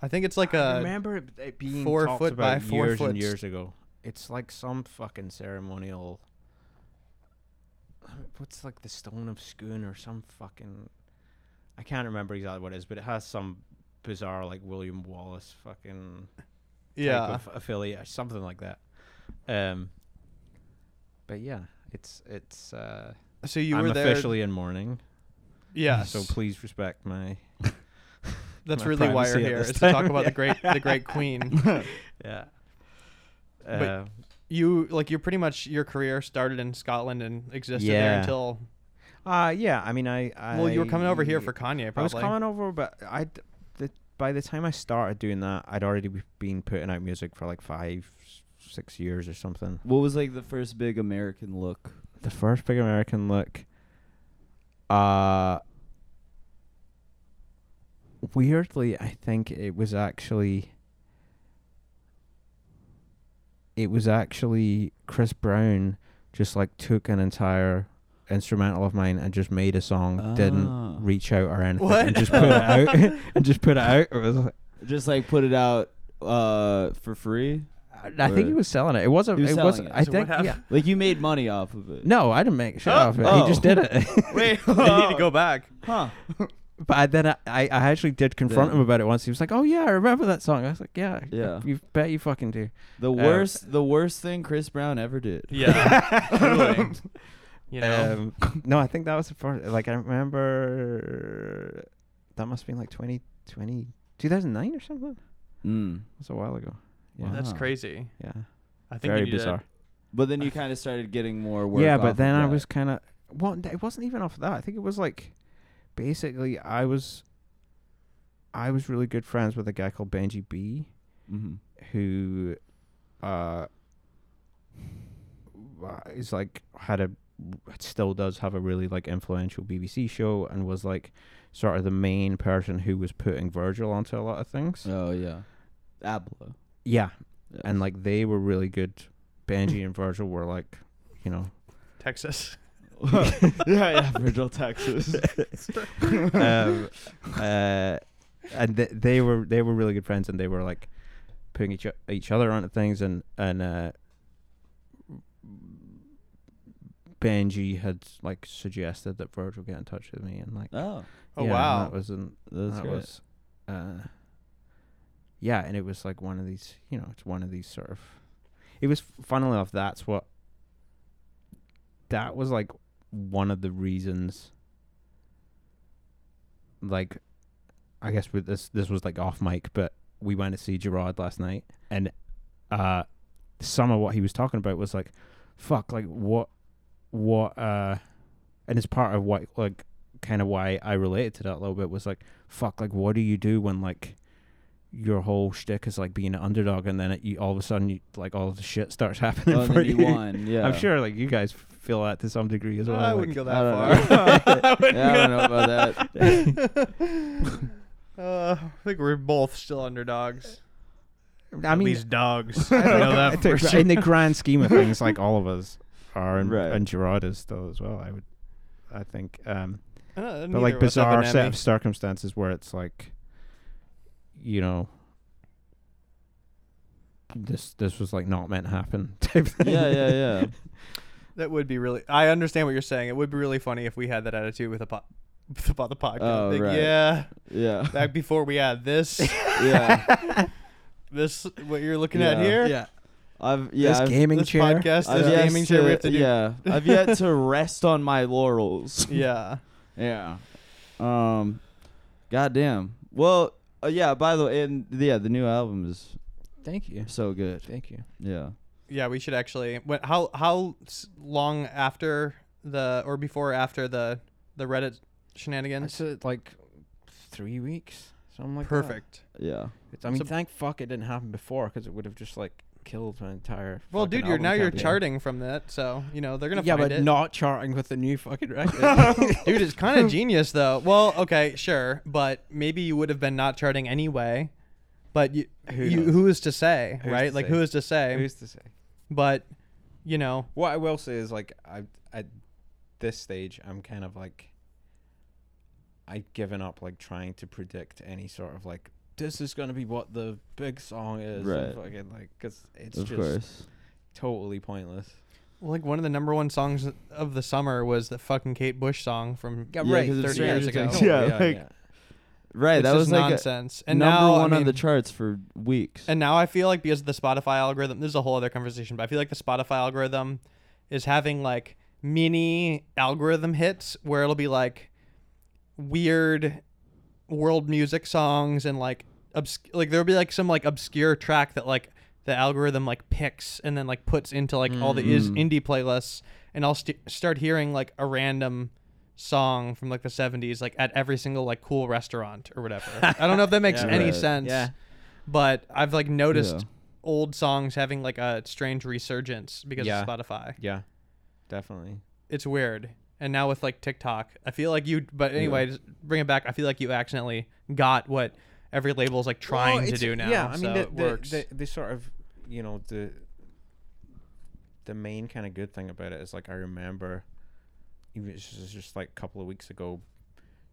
Speaker 1: I think it's like
Speaker 3: I
Speaker 1: a
Speaker 3: remember it- it being
Speaker 1: four
Speaker 3: talked
Speaker 1: foot
Speaker 3: about
Speaker 1: by four
Speaker 3: years
Speaker 1: foot
Speaker 3: and
Speaker 1: s-
Speaker 3: years ago. It's like some fucking ceremonial. What's like the stone of Schoon or some fucking? I can't remember exactly what it is, but it has some bizarre like William Wallace fucking
Speaker 1: yeah.
Speaker 3: type of affiliate, something like that. Um, but yeah, it's it's. Uh,
Speaker 1: so you
Speaker 3: I'm
Speaker 1: were there.
Speaker 3: officially in mourning,
Speaker 1: Yes.
Speaker 3: so please respect my.
Speaker 1: That's
Speaker 3: my
Speaker 1: really why we're
Speaker 3: privacy at
Speaker 1: here.
Speaker 3: this
Speaker 1: Is to talk
Speaker 3: time.
Speaker 1: about the great the great queen.
Speaker 3: Yeah.
Speaker 1: But
Speaker 3: Uh,
Speaker 1: You like you pretty much your career started in Scotland and existed there
Speaker 3: Yeah.
Speaker 1: until
Speaker 3: Uh, yeah. I mean, I, I.
Speaker 1: well you were coming over here for Kanye
Speaker 3: I was
Speaker 1: probably.
Speaker 3: coming over, but I. d- The, by the time I started doing that, I'd already be- been putting out music for like five, s- six years or something.
Speaker 2: What was like the first big American look?
Speaker 3: The first big American look. Uh. Weirdly, I think it was actually. It was actually Chris Brown just like took an entire instrumental of mine and just made a song, didn't
Speaker 2: Ah.
Speaker 3: reach out or anything
Speaker 1: What?
Speaker 3: and just put it out and just put it out. It was like-
Speaker 2: just like put it out uh for free?
Speaker 3: I think he
Speaker 2: Word.
Speaker 3: was selling it. It wasn't.
Speaker 2: He was
Speaker 3: it
Speaker 2: selling
Speaker 3: wasn't.
Speaker 2: it.
Speaker 3: I
Speaker 1: So what
Speaker 3: think. Yeah.
Speaker 1: happened?
Speaker 2: Like you made money off of it.
Speaker 3: No, I didn't make shit
Speaker 1: Oh.
Speaker 3: off of it.
Speaker 2: Oh.
Speaker 3: He just did it.
Speaker 1: Wait, I need to go back.
Speaker 2: Huh.
Speaker 3: but I, then I, I I actually did confront
Speaker 2: Yeah.
Speaker 3: him about it once. He was like, "Oh yeah, I remember that song." I was like, "Yeah,
Speaker 2: Yeah.
Speaker 3: You bet you fucking do."
Speaker 2: The worst the worst thing Chris Brown ever did.
Speaker 1: Yeah. totally. You know.
Speaker 3: Um, no, I think that was the first. Like I remember that must have been like 20, 20 2009 or something. It
Speaker 2: Mm.
Speaker 3: was a while ago.
Speaker 2: Wow.
Speaker 1: That's crazy.
Speaker 3: Yeah,
Speaker 1: I think
Speaker 3: very
Speaker 1: you need to-
Speaker 3: bizarre.
Speaker 2: But then you kind of started getting more work.
Speaker 3: yeah,
Speaker 2: off
Speaker 3: but
Speaker 2: of
Speaker 3: then I
Speaker 2: that.
Speaker 3: was kind of well. It wasn't even off of that. I think it was like basically I was I was really good friends with a guy called Benji B,
Speaker 2: Mhm.
Speaker 3: who uh is like had a still does have a really like influential BBC show and was like sort of the main person who was putting Virgil onto a lot of things.
Speaker 2: Oh yeah. Ablo.
Speaker 3: Yeah,
Speaker 2: Yeah.
Speaker 3: and like they were really good. Benji and Virgil were like, you know,
Speaker 1: Texas.
Speaker 2: yeah, yeah, Virgil, Texas.
Speaker 3: um, uh, and th- they were they were really good friends, and they were like putting each o- each other onto things, and and uh, Benji had like suggested that Virgil get in touch with me, and like
Speaker 2: Oh,
Speaker 1: Oh
Speaker 3: yeah,
Speaker 1: wow.
Speaker 3: and that wasn't
Speaker 2: that's
Speaker 3: that
Speaker 2: great.
Speaker 3: was uh, yeah, and it was like one of these, you know, it's one of these sort of. It was funnily enough. That's what. That was like one of the reasons. Like, I guess with this, this was like off mic, but we went to see Gerard last night, and uh, some of what he was talking about was like, fuck, like what, what, uh, and it's part of what like kind of why I related to that a little bit was like, fuck, like what do you do when like your whole shtick is like being an underdog, and then it, you all of a sudden you like all the shit starts happening
Speaker 2: Oh, and
Speaker 3: for
Speaker 2: then you
Speaker 3: you.
Speaker 2: won. Yeah.
Speaker 3: I'm sure like you guys feel that to some degree as well.
Speaker 1: I
Speaker 3: like-
Speaker 1: wouldn't go
Speaker 2: I
Speaker 1: that
Speaker 2: don't
Speaker 1: far.
Speaker 2: Yeah, I don't know about that.
Speaker 1: Uh, I think we're both still underdogs.
Speaker 3: I mean,
Speaker 1: At least dogs. I know
Speaker 3: I
Speaker 1: that for
Speaker 3: think
Speaker 1: sure.
Speaker 3: in the grand scheme of things, like all of us are, and,
Speaker 2: Right.
Speaker 3: and Gerard is still as well. I would, I think. Um,
Speaker 1: Uh,
Speaker 3: but
Speaker 1: neither
Speaker 3: like
Speaker 1: of us have an
Speaker 3: bizarre set
Speaker 1: Emmy.
Speaker 3: of circumstances where it's like you know this this was like not meant to happen type thing.
Speaker 2: Yeah, yeah, yeah.
Speaker 1: That would be really. I understand what you're saying. It would be really funny if we had that attitude with a po- about the podcast.
Speaker 2: Oh,
Speaker 1: Like,
Speaker 2: right.
Speaker 1: Yeah,
Speaker 2: Yeah.
Speaker 1: back before we had this,
Speaker 2: Yeah.
Speaker 1: this what you're looking at
Speaker 2: Yeah.
Speaker 1: here.
Speaker 3: yeah.
Speaker 2: I've yeah,
Speaker 3: this
Speaker 2: I've,
Speaker 3: gaming
Speaker 1: This
Speaker 3: chair Uh,
Speaker 1: podcast,
Speaker 2: I've
Speaker 1: this
Speaker 2: yet
Speaker 1: gaming chair we have to do.
Speaker 2: Yeah. I've yet to rest on my laurels.
Speaker 1: Yeah.
Speaker 2: Yeah. Um goddamn. Well, uh, yeah, by the way, and yeah, the new album is
Speaker 3: thank you
Speaker 2: so good.
Speaker 3: thank you
Speaker 2: Yeah.
Speaker 1: Yeah, we should actually. When, how how s- long after the or before or after the the Reddit shenanigans?
Speaker 3: it's uh, like three weeks something like
Speaker 1: Perfect.
Speaker 2: Yeah.
Speaker 3: that. It's- i mean
Speaker 1: So-
Speaker 3: thank fuck it didn't happen before because it would have just like killed my entire
Speaker 1: Well,
Speaker 3: fucking
Speaker 1: dude, you're
Speaker 3: album
Speaker 1: now you're
Speaker 3: campaign.
Speaker 1: charting from that, so you know they're gonna
Speaker 3: yeah
Speaker 1: find
Speaker 3: but
Speaker 1: it.
Speaker 3: not charting with the new fucking record
Speaker 1: Dude, it's kind of genius though. Well, okay, sure, but maybe you would have been not charting anyway. But you, who, you,
Speaker 3: knows?
Speaker 1: who is to say,
Speaker 3: Who's
Speaker 1: right?
Speaker 3: to
Speaker 1: like,
Speaker 3: say?
Speaker 1: who is to say?
Speaker 3: who's to say
Speaker 1: but you know,
Speaker 3: What I will say is like I at this stage I'm kind of like I've given up like trying to predict any sort of like this is gonna be what the big song is,
Speaker 2: Right.
Speaker 3: and fucking like because it's
Speaker 2: of
Speaker 3: just
Speaker 2: course.
Speaker 3: totally pointless.
Speaker 1: like one of the number one songs of the summer was the fucking Kate Bush song from
Speaker 2: Yeah, right, 'cause it's
Speaker 1: 30
Speaker 2: Stranger
Speaker 1: years ago.
Speaker 2: Things. Yeah, like, Right,
Speaker 1: It's
Speaker 2: that was
Speaker 1: just
Speaker 2: like a
Speaker 1: nonsense. and
Speaker 2: number
Speaker 1: now I
Speaker 2: one on
Speaker 1: mean-
Speaker 2: the charts for weeks.
Speaker 1: And now I feel like because of the Spotify algorithm, this is a whole other conversation, but I feel like the Spotify algorithm is having like mini algorithm hits where it'll be like weird world music songs and like obs- like there'll be like some like obscure track that like the algorithm like picks and then like puts into like all the is
Speaker 3: Mm.
Speaker 1: indie playlists and I'll st- start hearing like a random song from like the 70s like at every single like cool restaurant or whatever. I don't know if that makes any
Speaker 2: Right.
Speaker 1: sense
Speaker 3: Yeah.
Speaker 1: but I've like noticed
Speaker 2: Yeah.
Speaker 1: old songs having like a strange resurgence because
Speaker 3: Yeah.
Speaker 1: of Spotify.
Speaker 3: Yeah, definitely.
Speaker 1: It's weird. And now with like TikTok, I feel like you. But anyway, just bring it back. I feel like you accidentally got what every label's like trying to do now.
Speaker 3: Yeah, I mean
Speaker 1: so
Speaker 3: the,
Speaker 1: it works.
Speaker 3: The, the, the sort of you know the the main kind of good thing about it is like I remember even it's just, just like a couple of weeks ago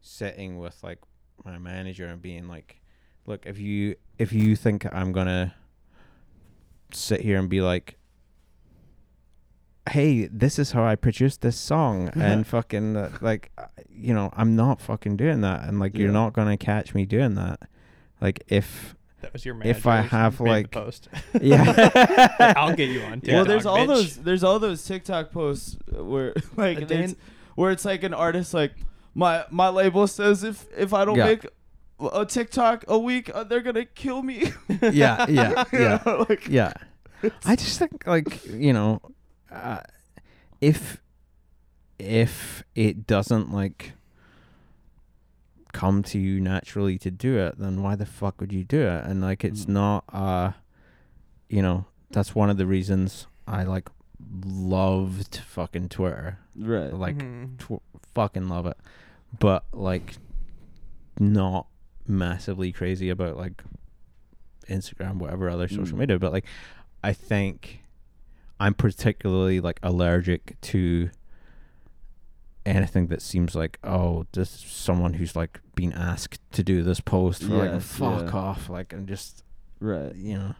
Speaker 3: sitting with like my manager and being like, look, if you if you think I'm gonna sit here and be like. Hey, this is how I produced this song, and fucking uh, like, uh, you know, I'm not fucking doing that, and like, you're
Speaker 2: Yeah.
Speaker 3: not gonna catch me doing that. Like, if
Speaker 1: that was your
Speaker 3: if I
Speaker 1: manager's
Speaker 3: have,
Speaker 1: made the
Speaker 3: like-
Speaker 1: post.
Speaker 3: yeah.
Speaker 1: I'll get you on TikTok.
Speaker 2: well, there's all
Speaker 1: bitch.
Speaker 2: those there's all those TikTok posts where like
Speaker 1: A
Speaker 2: they-
Speaker 1: dance-
Speaker 2: where it's like an artist like my my label says if if I don't
Speaker 3: Yeah.
Speaker 2: make a TikTok a week uh, they're gonna kill me.
Speaker 3: yeah, yeah, yeah,
Speaker 2: like,
Speaker 3: yeah. I just think, like, you know, uh, if if it doesn't like come to you naturally to do it, then why the fuck would you do it? And like, it's
Speaker 2: Mm.
Speaker 3: not, uh, you know, that's one of the reasons I like loved fucking Twitter,
Speaker 2: right.
Speaker 3: like
Speaker 1: Mhm.
Speaker 3: tw- fucking love it, but like not massively crazy about like Instagram, whatever other social
Speaker 2: Mm.
Speaker 3: media. But like, I think I'm particularly like allergic to anything that seems like oh, this is someone who's like been asked to do this post for like
Speaker 2: Yes,
Speaker 3: fuck
Speaker 2: yeah.
Speaker 3: off, like and just
Speaker 2: Right.
Speaker 3: you know.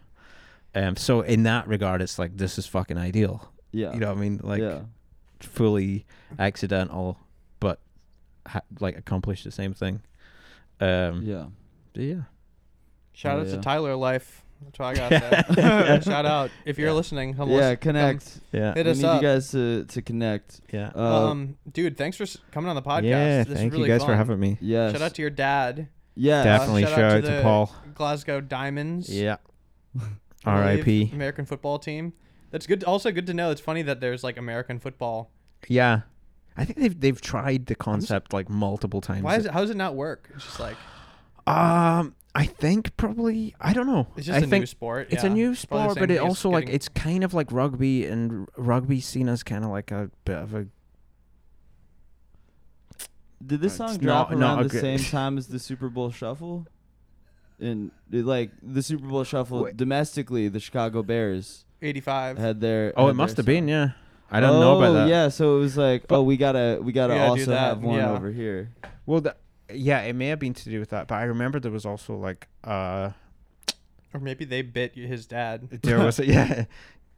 Speaker 3: Um, so in that regard, it's like this is fucking ideal.
Speaker 2: Yeah.
Speaker 3: You know what I mean? Like, um,
Speaker 2: yeah.
Speaker 3: fully accidental, but ha- like accomplish the same thing. Um,
Speaker 2: Yeah.
Speaker 3: but yeah.
Speaker 1: Shout out
Speaker 2: Yeah.
Speaker 1: to Tyler Life. That's what I got. there. Shout out if you're listening. Come
Speaker 2: Yeah,
Speaker 1: listen- come
Speaker 2: connect.
Speaker 3: Yeah.
Speaker 1: Hit
Speaker 2: we
Speaker 1: us
Speaker 2: need
Speaker 1: up.
Speaker 2: you guys to to connect.
Speaker 3: yeah.
Speaker 2: Uh,
Speaker 1: um, dude, thanks for s- coming on the podcast.
Speaker 3: yeah.
Speaker 1: this
Speaker 3: thank
Speaker 1: is really
Speaker 3: you guys
Speaker 1: fun.
Speaker 3: for having me.
Speaker 2: yes.
Speaker 1: Shout out to your dad.
Speaker 2: yes.
Speaker 3: Definitely
Speaker 1: shout out
Speaker 3: shout out
Speaker 1: to
Speaker 3: to,
Speaker 1: the
Speaker 3: Paul.
Speaker 1: Glasgow Diamonds.
Speaker 3: Yeah.
Speaker 1: I believe,
Speaker 3: R.I.P.
Speaker 1: American football team. That's good. Also good to know. It's funny that there's like American football.
Speaker 3: Yeah. I think they've they've tried the concept like multiple times.
Speaker 1: Why is it? How does it not work? It's just like
Speaker 3: Um, I think probably I don't know.
Speaker 1: It's just
Speaker 3: I
Speaker 1: a new
Speaker 3: think
Speaker 1: sport,
Speaker 3: It's a
Speaker 1: yeah.
Speaker 3: new
Speaker 1: It's probably the
Speaker 3: sport, but
Speaker 1: same
Speaker 3: it
Speaker 1: as
Speaker 3: also like
Speaker 1: getting-
Speaker 3: it's kind of like rugby, and r- rugby seen as kind of like a bit of a
Speaker 2: Did this
Speaker 3: Uh, It's
Speaker 2: song drop
Speaker 3: not- not
Speaker 2: around
Speaker 3: a
Speaker 2: the
Speaker 3: good-
Speaker 2: same time as the Super Bowl Shuffle? And it, like the Super Bowl Shuffle
Speaker 3: Wait.
Speaker 2: domestically, the Chicago Bears
Speaker 1: 85.
Speaker 2: had their.
Speaker 3: oh,
Speaker 2: had
Speaker 3: it must
Speaker 2: their
Speaker 3: have been
Speaker 2: song.
Speaker 3: yeah. I don't know about
Speaker 2: Oh,
Speaker 3: that.
Speaker 2: Yeah, so it was like,
Speaker 3: But-
Speaker 2: oh, we gotta, we gotta
Speaker 1: We gotta do
Speaker 2: also
Speaker 1: that,
Speaker 2: have one
Speaker 1: yeah.
Speaker 2: over here.
Speaker 3: Well, the, yeah, it may have been to do with that, but I remember there was also like uh
Speaker 1: Or maybe they bit his dad.
Speaker 3: there was a, yeah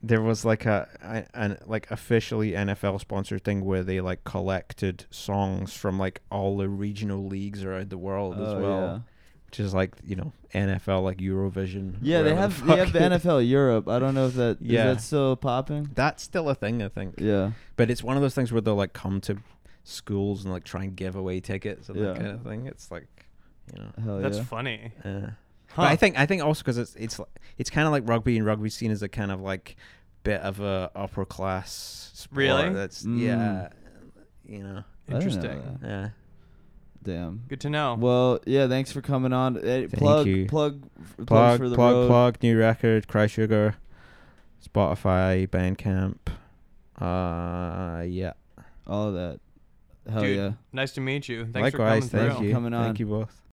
Speaker 3: there was like a a- an like officially NFL sponsored thing where they like collected songs from like all the regional leagues around the world as
Speaker 2: Oh,
Speaker 3: well.
Speaker 2: yeah.
Speaker 3: which is like you know NFL like Eurovision.
Speaker 2: Yeah, they
Speaker 3: whatever the
Speaker 2: have they
Speaker 3: fuck
Speaker 2: have the
Speaker 3: it-
Speaker 2: NFL Europe. I don't know if that is
Speaker 3: Yeah.
Speaker 2: that still popping.
Speaker 3: That's still a thing, I think.
Speaker 2: Yeah,
Speaker 3: But it's one of those things where they'll like come to schools and like try and give away tickets and
Speaker 2: Yeah.
Speaker 3: that kind of thing. It's like, you know.
Speaker 2: hell
Speaker 1: That's
Speaker 2: yeah.
Speaker 1: funny.
Speaker 3: Uh,
Speaker 1: Huh.
Speaker 3: But I think I think also because it's it's like- it's kind of like rugby and rugby seen as a kind of like bit of a upper class sport.
Speaker 1: Really?
Speaker 3: That's
Speaker 2: Mm.
Speaker 3: yeah, you know.
Speaker 2: I didn't know
Speaker 1: Interesting.
Speaker 2: that.
Speaker 3: Yeah.
Speaker 2: Damn.
Speaker 1: Good to know.
Speaker 2: Well, yeah. Thanks for coming on. Eh, plug,
Speaker 3: you.
Speaker 2: plug, plug,
Speaker 3: Plug
Speaker 2: for the
Speaker 3: plug
Speaker 2: road.
Speaker 3: plug new record Cry Sugar, Spotify Bandcamp. Uh yeah.
Speaker 2: all of that. Hell
Speaker 1: Dude,
Speaker 2: yeah.
Speaker 1: Nice to meet you. Thanks for coming
Speaker 3: Likewise,
Speaker 1: through.
Speaker 3: thank you.
Speaker 2: Coming on.
Speaker 3: Thank you both.